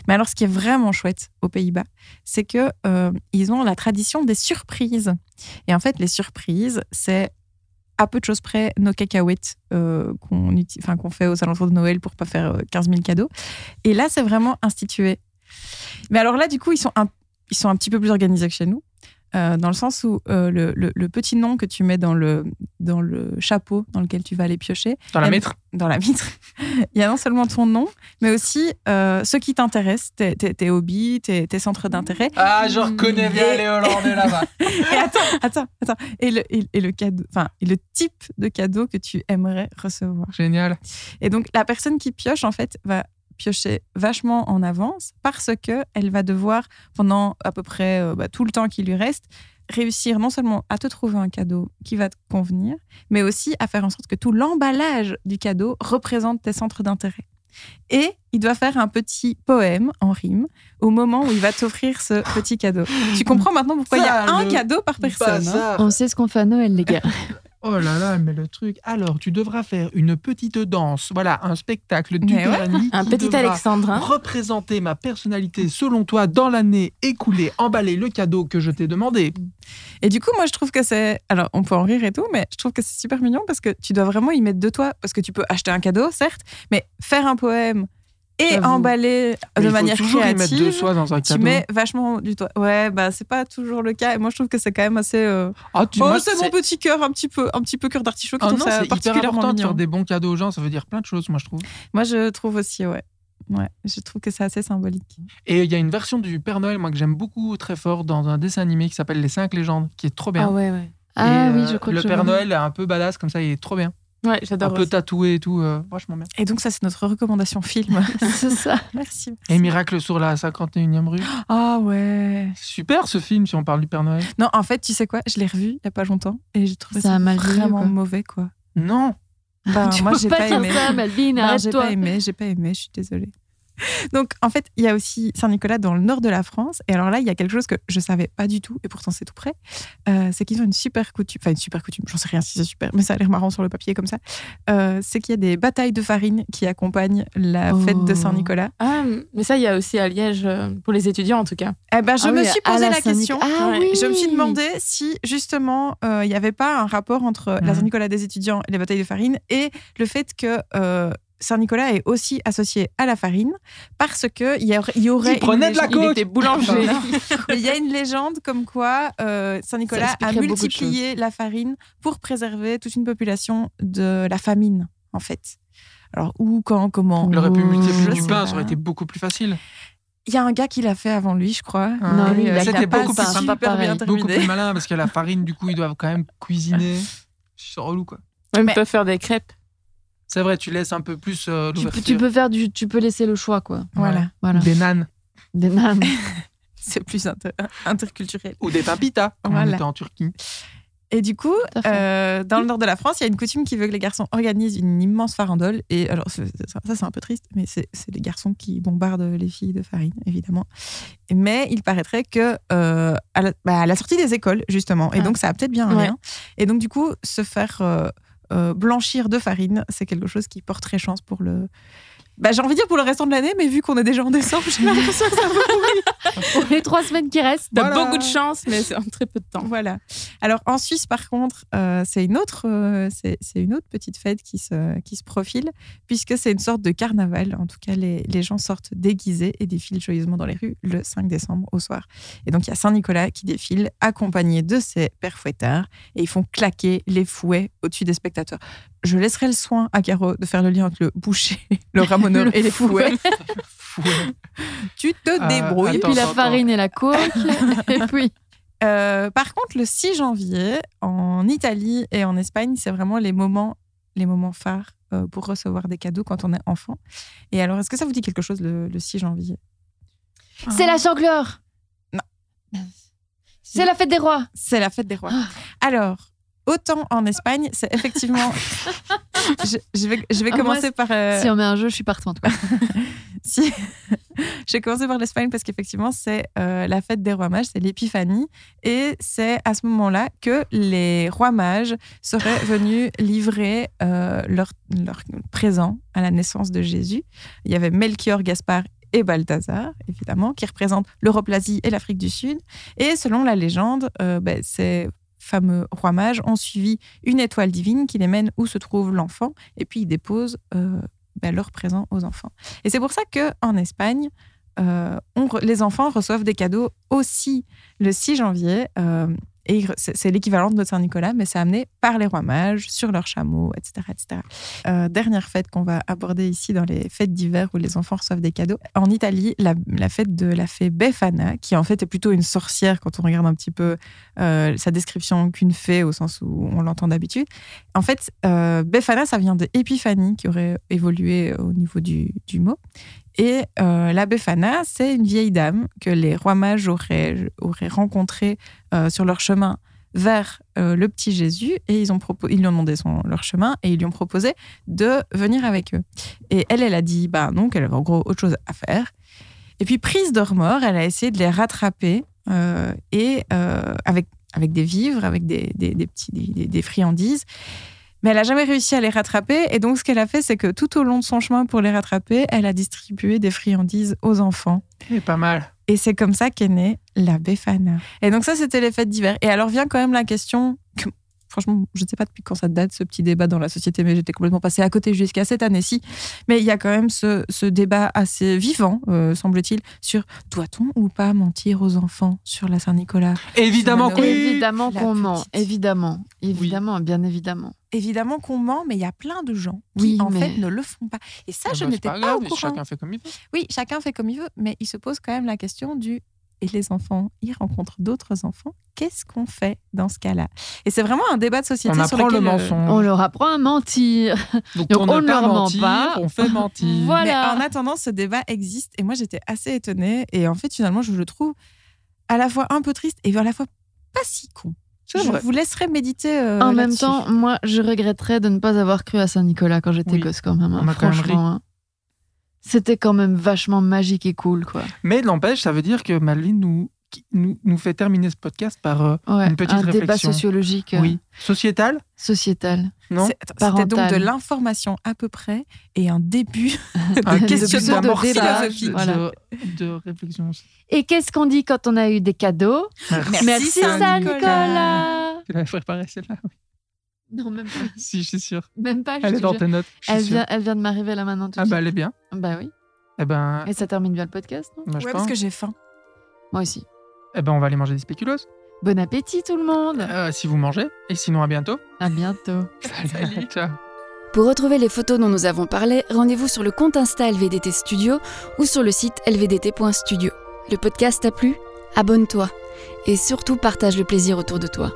S4: Mais alors, ce qui est vraiment chouette aux Pays-Bas, c'est que euh, ils ont la tradition des surprises. Et en fait, les surprises, c'est à peu de choses près nos cacahuètes euh, qu'on uti- enfin, qu'on fait aux alentours de Noël pour pas faire euh, 15 000 cadeaux. Et là, c'est vraiment institué. Mais alors là, du coup, ils sont un, ils sont un petit peu plus organisés que chez nous. euh, dans le sens où euh, le, le- le petit nom que tu mets dans le, dans le chapeau dans lequel tu vas aller piocher,
S2: Dans la
S4: Elle-
S2: mitre
S4: dans la vitre, il y a non seulement ton nom, mais aussi euh, ce qui t'intéresse, tes, tes- tes hobbies, tes, tes centres d'intérêt.
S2: Ah, je reconnais bien
S4: Et-
S2: les Hollandais là-bas.
S4: Et attends, attends, attends. Et le, et, et le cadeau, enfin, et le type de cadeau que tu aimerais recevoir.
S2: Génial.
S4: Et donc, la personne qui pioche, en fait, va piocher vachement en avance parce que elle va devoir, pendant à peu près euh, bah, tout le temps qui lui reste, réussir non seulement à te trouver un cadeau qui va te convenir, mais aussi à faire en sorte que tout l'emballage du cadeau représente tes centres d'intérêt. Et il doit faire un petit poème en rime au moment où il va t'offrir ce petit cadeau. Tu comprends maintenant pourquoi il y a
S2: Ça,
S4: un
S2: le
S4: cadeau par personne. hein.
S3: On sait ce qu'on fait à Noël, les gars.
S2: Oh là là, mais le truc. Alors, tu devras faire une petite danse. Voilà, un spectacle du
S4: Mais ouais.
S5: Un petit
S4: hein.
S5: alexandrin.
S2: Représenter ma personnalité selon toi dans l'année écoulée, emballer le cadeau que je t'ai demandé.
S4: Et du coup, moi, je trouve que c'est. Alors, on peut en rire et tout, mais je trouve que c'est super mignon parce que tu dois vraiment y mettre de toi. Parce que tu peux acheter un cadeau, certes, mais faire un poème et
S3: J'avoue.
S4: emballer
S2: Mais il
S4: de
S2: faut
S4: manière
S2: toujours y
S4: créative.
S2: mettre de soi dans un
S4: tu
S2: cadeau.
S4: mets vachement du toi. Ouais, bah c'est pas toujours le cas. Et moi, je trouve que c'est quand même assez. euh,
S2: Ah, tu-
S4: Oh,
S2: moi,
S4: c'est mon petit cœur, un petit peu, un petit peu cœur d'artichaut. qui
S2: Ah non,
S4: trouve ça
S2: c'est hyper
S4: particulièrement
S2: important de
S4: mignon.
S2: faire des bons cadeaux aux gens. Ça veut dire plein de choses, moi, je trouve.
S4: Moi, je trouve aussi, ouais. Ouais, je trouve que c'est assez symbolique.
S2: Et il y a une version du Père Noël, moi, que j'aime beaucoup très fort dans un dessin animé qui s'appelle Les 5 légendes, qui est trop bien.
S5: Ah ouais, ouais.
S3: Ah
S2: Et,
S3: oui,
S2: euh,
S3: je crois que
S2: Le
S3: je
S2: Père
S3: vois.
S2: Noël est un peu badass comme ça, il est trop bien.
S5: Ouais,
S2: Un
S5: j'adore.
S2: peu
S5: aussi.
S2: tatoué et tout, euh, franchement bien.
S4: Et donc, ça, c'est notre recommandation film.
S3: C'est ça.
S4: Merci.
S2: Et Miracle sur la 51e rue.
S4: Ah ouais.
S2: Super ce film si on parle du Père Noël.
S4: Non, en fait, tu sais quoi Je l'ai revu il y a pas longtemps et j'ai trouvé
S3: Ça
S4: ça,
S3: a mal vieilli,
S4: vraiment
S3: quoi.
S4: mauvais, quoi.
S2: Non.
S4: Bah,
S3: Tu
S4: moi,
S3: peux
S4: j'ai
S3: pas,
S4: pas,
S3: dire
S4: aimé.
S3: ça, Malvine,
S4: Non, j'ai
S3: arrête-toi.
S4: pas aimé, j'ai pas aimé, je suis désolée. Donc, en fait, il y a aussi Saint-Nicolas dans le nord de la France. Et alors là, il y a quelque chose que je savais pas du tout, et pourtant c'est tout près. Euh, c'est qu'ils ont une super coutume, enfin une super coutume, j'en sais rien si c'est super, mais ça a l'air marrant sur le papier comme ça. Euh, c'est qu'il y a des batailles de farine qui accompagnent la fête de
S3: Oh.
S4: Saint-Nicolas.
S5: Ah, mais ça, il y a aussi à Liège, euh, pour les étudiants en tout cas.
S4: Eh ben, je
S3: Ah
S4: me
S3: oui,
S4: suis
S3: à
S4: posé la,
S3: Saint-Nic-
S4: question.
S3: Ah
S5: Ouais.
S3: oui.
S4: Je me suis demandé si justement euh, il n'y avait pas un rapport entre la
S2: Mhm.
S4: Saint-Nicolas des étudiants et les batailles de farine et le fait que euh, Saint-Nicolas est aussi associé à la farine parce que il y, aurait- il y aurait.
S2: Il prenait
S4: une
S2: de la
S4: légende-
S2: coke.
S4: Il était boulanger. Mais Il y a une légende comme quoi euh,
S3: Ça
S4: Saint-Nicolas a
S3: expliquerait beaucoup de
S4: multiplié la farine pour préserver toute une population de la famine, en fait. Alors, où, quand, comment
S2: Il aurait pu
S3: Ouh,
S2: multiplier du
S4: je
S2: pain,
S4: sais
S2: ça aurait
S4: pas.
S2: été beaucoup plus facile.
S4: Il y a un gars qui l'a fait avant lui, je crois.
S2: Ah,
S3: Non, lui,
S4: Et,
S3: il
S4: euh,
S3: a
S4: qui
S2: C'était
S4: l'a pas
S2: beaucoup plus
S4: super
S2: sympa,
S3: pareil.
S4: bien
S2: Beaucoup
S4: terminé.
S2: plus malin, parce que la farine, du coup, ils doivent quand même cuisiner. C'est relou, quoi.
S5: Même
S4: Mais-
S5: peut faire des crêpes.
S2: C'est vrai, tu laisses un peu plus euh,
S3: Tu, peux-
S2: l'ouverture.
S3: tu peux faire du, tu peux laisser le choix quoi.
S4: Voilà,
S3: Voilà.
S2: Des nanes
S3: Des nanes.
S4: c'est plus inter- interculturel.
S2: ou des pains pita, comme on
S4: Voilà.
S2: était en Turquie.
S4: Et du coup,
S3: à fait.
S4: euh, dans le nord de la France, il y a une coutume qui veut que les garçons organisent une immense farandole. Et alors, c'est- c'est- ça, ça, c'est un peu triste, mais c'est c'est les garçons qui bombardent les filles de farine, évidemment. Mais il paraîtrait que euh, à, la, bah, à la sortie des écoles, justement, et
S5: Ah.
S4: donc ça a peut-être bien un
S5: Ouais.
S4: lien. Et donc, du coup, se faire euh, euh, blanchir de farine, c'est quelque chose qui porte très chance pour le. Bah, j'ai envie de dire pour le restant de l'année, mais vu qu'on est déjà en décembre, j'ai l'impression que ça va
S3: Pour les trois semaines qui restent.
S5: T'as
S4: Voilà.
S5: beaucoup de chance, mais c'est en très peu de temps.
S4: Voilà. Alors en Suisse, par contre, euh, c'est une autre, euh, c'est c'est une autre petite fête qui se, qui se profile, puisque c'est une sorte de carnaval. En tout cas, les, les gens sortent déguisés et défilent joyeusement dans les rues le 5 décembre au soir. Et donc il y a Saint-Nicolas qui défile, accompagné de ses pères fouettards, et ils font claquer les fouets au-dessus des spectateurs. Je laisserai le soin à Caro de faire le lien entre le boucher, le ramoneur et les fouets.
S2: Fouet.
S4: Tu te
S2: Euh,
S4: débrouilles.
S3: Et puis la
S2: Attends,
S3: farine et la coke. et puis.
S4: Euh, par contre, le 6 janvier, en Italie et en Espagne, c'est vraiment les moments, les moments phares euh, pour recevoir des cadeaux quand on est enfant. Et alors, est-ce que ça vous dit quelque chose le, le 6 janvier
S3: C'est la chandeleur. Non. C'est la fête des rois.
S4: C'est la fête des rois. Ah. Alors, autant en Espagne, c'est effectivement. je, je vais, je vais
S3: Ah, moi,
S4: commencer par. euh,
S3: Si on met un jeu, je suis partante. quoi.
S4: Si. J'ai commencé par l'Espagne parce qu'effectivement, c'est euh, la fête des rois mages, c'est l'épiphanie. Et c'est à ce moment-là que les rois mages seraient venus livrer euh, leurs leurs présents à la naissance de Jésus. Il y avait Melchior, Gaspard et Balthazar, évidemment, qui représentent l'Europe, l'Asie et l'Afrique du Sud. Et selon la légende, euh, ben, ces fameux rois mages ont suivi une étoile divine qui les mène où se trouve l'enfant, et puis ils déposent euh, ben, leurs présents aux enfants. Et c'est pour ça que en Espagne, euh, on re- les enfants reçoivent des cadeaux aussi le 6 janvier. euh, et ils re- c'est c'est l'équivalent de notre Saint-Nicolas, mais c'est amené par les rois mages, sur leurs chameaux, etc. etc. Euh, dernière fête qu'on va aborder ici dans les fêtes d'hiver où les enfants reçoivent des cadeaux. En Italie, la, la fête de la fée Befana, qui en fait est plutôt une sorcière quand on regarde un petit peu euh, sa description qu'une fée au sens où on l'entend d'habitude. En fait, euh, Befana, ça vient de Épiphanie, qui aurait évolué au niveau du, du mot. Et euh, la Befana, c'est une vieille dame que les rois mages auraient, auraient rencontrée euh, sur leur chemin vers euh, le petit Jésus et ils, ont propo- ils lui ont demandé son, leur chemin et ils lui ont proposé de venir avec eux. Et elle, elle a dit bah non, qu'elle avait en gros autre chose à faire. Et puis, prise de remords, elle a essayé de les rattraper euh, et euh, avec, avec des vivres, avec des, des, des petits, des- des- des friandises. Mais elle n'a jamais réussi à les rattraper. Et donc, ce qu'elle a fait, c'est que tout au long de son chemin pour les rattraper, elle a distribué des friandises aux enfants.
S2: Et pas mal.
S4: Et c'est comme ça qu'est née la Befana. Et donc, ça, c'était les fêtes d'hiver. Et alors vient quand même la question. que- franchement, je ne sais pas depuis quand ça date, ce petit débat dans la société, mais j'étais complètement passée à côté jusqu'à cette année-ci. Mais il y a quand même ce, ce débat assez vivant, euh, semble-t-il, sur doit-on ou pas mentir aux enfants sur la Saint-Nicolas
S2: Évidemment
S4: Oui,
S2: qu'on
S3: évidemment
S4: la
S3: qu'on ment.
S4: petite.
S3: Évidemment. Évidemment, bien évidemment.
S4: Évidemment qu'on ment, mais il y a plein de gens
S3: Oui,
S4: qui, en
S3: mais-
S4: fait, ne le font pas. Et ça,
S2: Ah
S4: je
S2: bah, c'est
S4: n'étais pas,
S2: grave,
S4: au courant.
S2: Chacun fait comme il veut.
S4: Oui, chacun fait comme il veut, mais il se pose quand même la question du et les enfants, ils rencontrent d'autres enfants, qu'est-ce qu'on fait dans ce cas-là Et c'est vraiment un débat de société
S2: On
S4: sur
S2: apprend le
S4: lequel, euh,
S2: mensonge.
S3: On leur apprend à mentir.
S2: Euh, Donc,
S3: Donc,
S2: on,
S3: on
S2: ne
S3: ne
S2: pas
S3: leur ment
S2: mentir,
S3: pas.
S2: on fait mentir.
S3: Voilà.
S4: Mais en attendant, ce débat existe et moi j'étais assez étonnée et en fait finalement je le trouve à la fois un peu triste et à la fois pas si con.
S2: C'est
S4: Je
S2: vrai.
S4: vous laisserai méditer. euh,
S3: en même
S4: là-dessus.
S3: temps, moi, je regretterais de ne pas avoir cru à Saint-Nicolas quand j'étais
S2: Oui.
S3: gosse, quand même. hein.
S2: On a quand même
S3: Franchement. hein. C'était quand même vachement magique et cool, quoi.
S2: Mais n'empêche, ça veut dire que Madeleine nous, qui- nous, nous fait terminer ce podcast par euh,
S3: Ouais,
S2: Une petite
S3: un débat
S2: réflexion.
S3: sociologique, euh,
S2: oui. sociétal,
S3: sociétal.
S2: non
S4: C'est- attends, c'était donc de
S3: Parental.
S4: l'information à peu près et un début
S2: Un
S4: de
S3: début
S4: questionnement
S3: de débat,
S4: philosophique.
S3: voilà.
S2: de, de réflexion.
S3: Et qu'est-ce qu'on dit quand on a eu des cadeaux
S2: Merci.
S4: Merci,
S3: Merci
S4: Saint-Nicolas.
S3: Saint-Nicolas.
S2: Tu l'avais préparé celle-là.
S3: Non, même pas.
S2: Si, je suis sûr.
S3: Même pas, je
S2: Elle
S3: te
S2: est dans
S3: jure.
S2: tes notes. Je
S3: Elle
S2: suis sûr.
S3: vient, elle vient de m'arriver là maintenant tout
S2: Ah
S3: de
S2: bah
S3: suite.
S2: elle est bien.
S3: Bah oui.
S2: Eh ben,
S3: Et ça termine bien le podcast, non
S2: moi, je
S4: Ouais,
S2: pense.
S4: parce que j'ai faim.
S3: Moi aussi.
S2: Eh ben, on va aller manger des spéculoos.
S3: Bon appétit tout le monde
S2: Euh, si vous mangez. Et sinon, à bientôt.
S3: À bientôt
S2: Salut. Ciao.
S1: Pour retrouver les photos dont nous avons parlé, rendez-vous sur le compte Insta LVDT Studio ou sur le site lvdt.studio. Le podcast t'a plu Abonne-toi et surtout partage le plaisir autour de toi.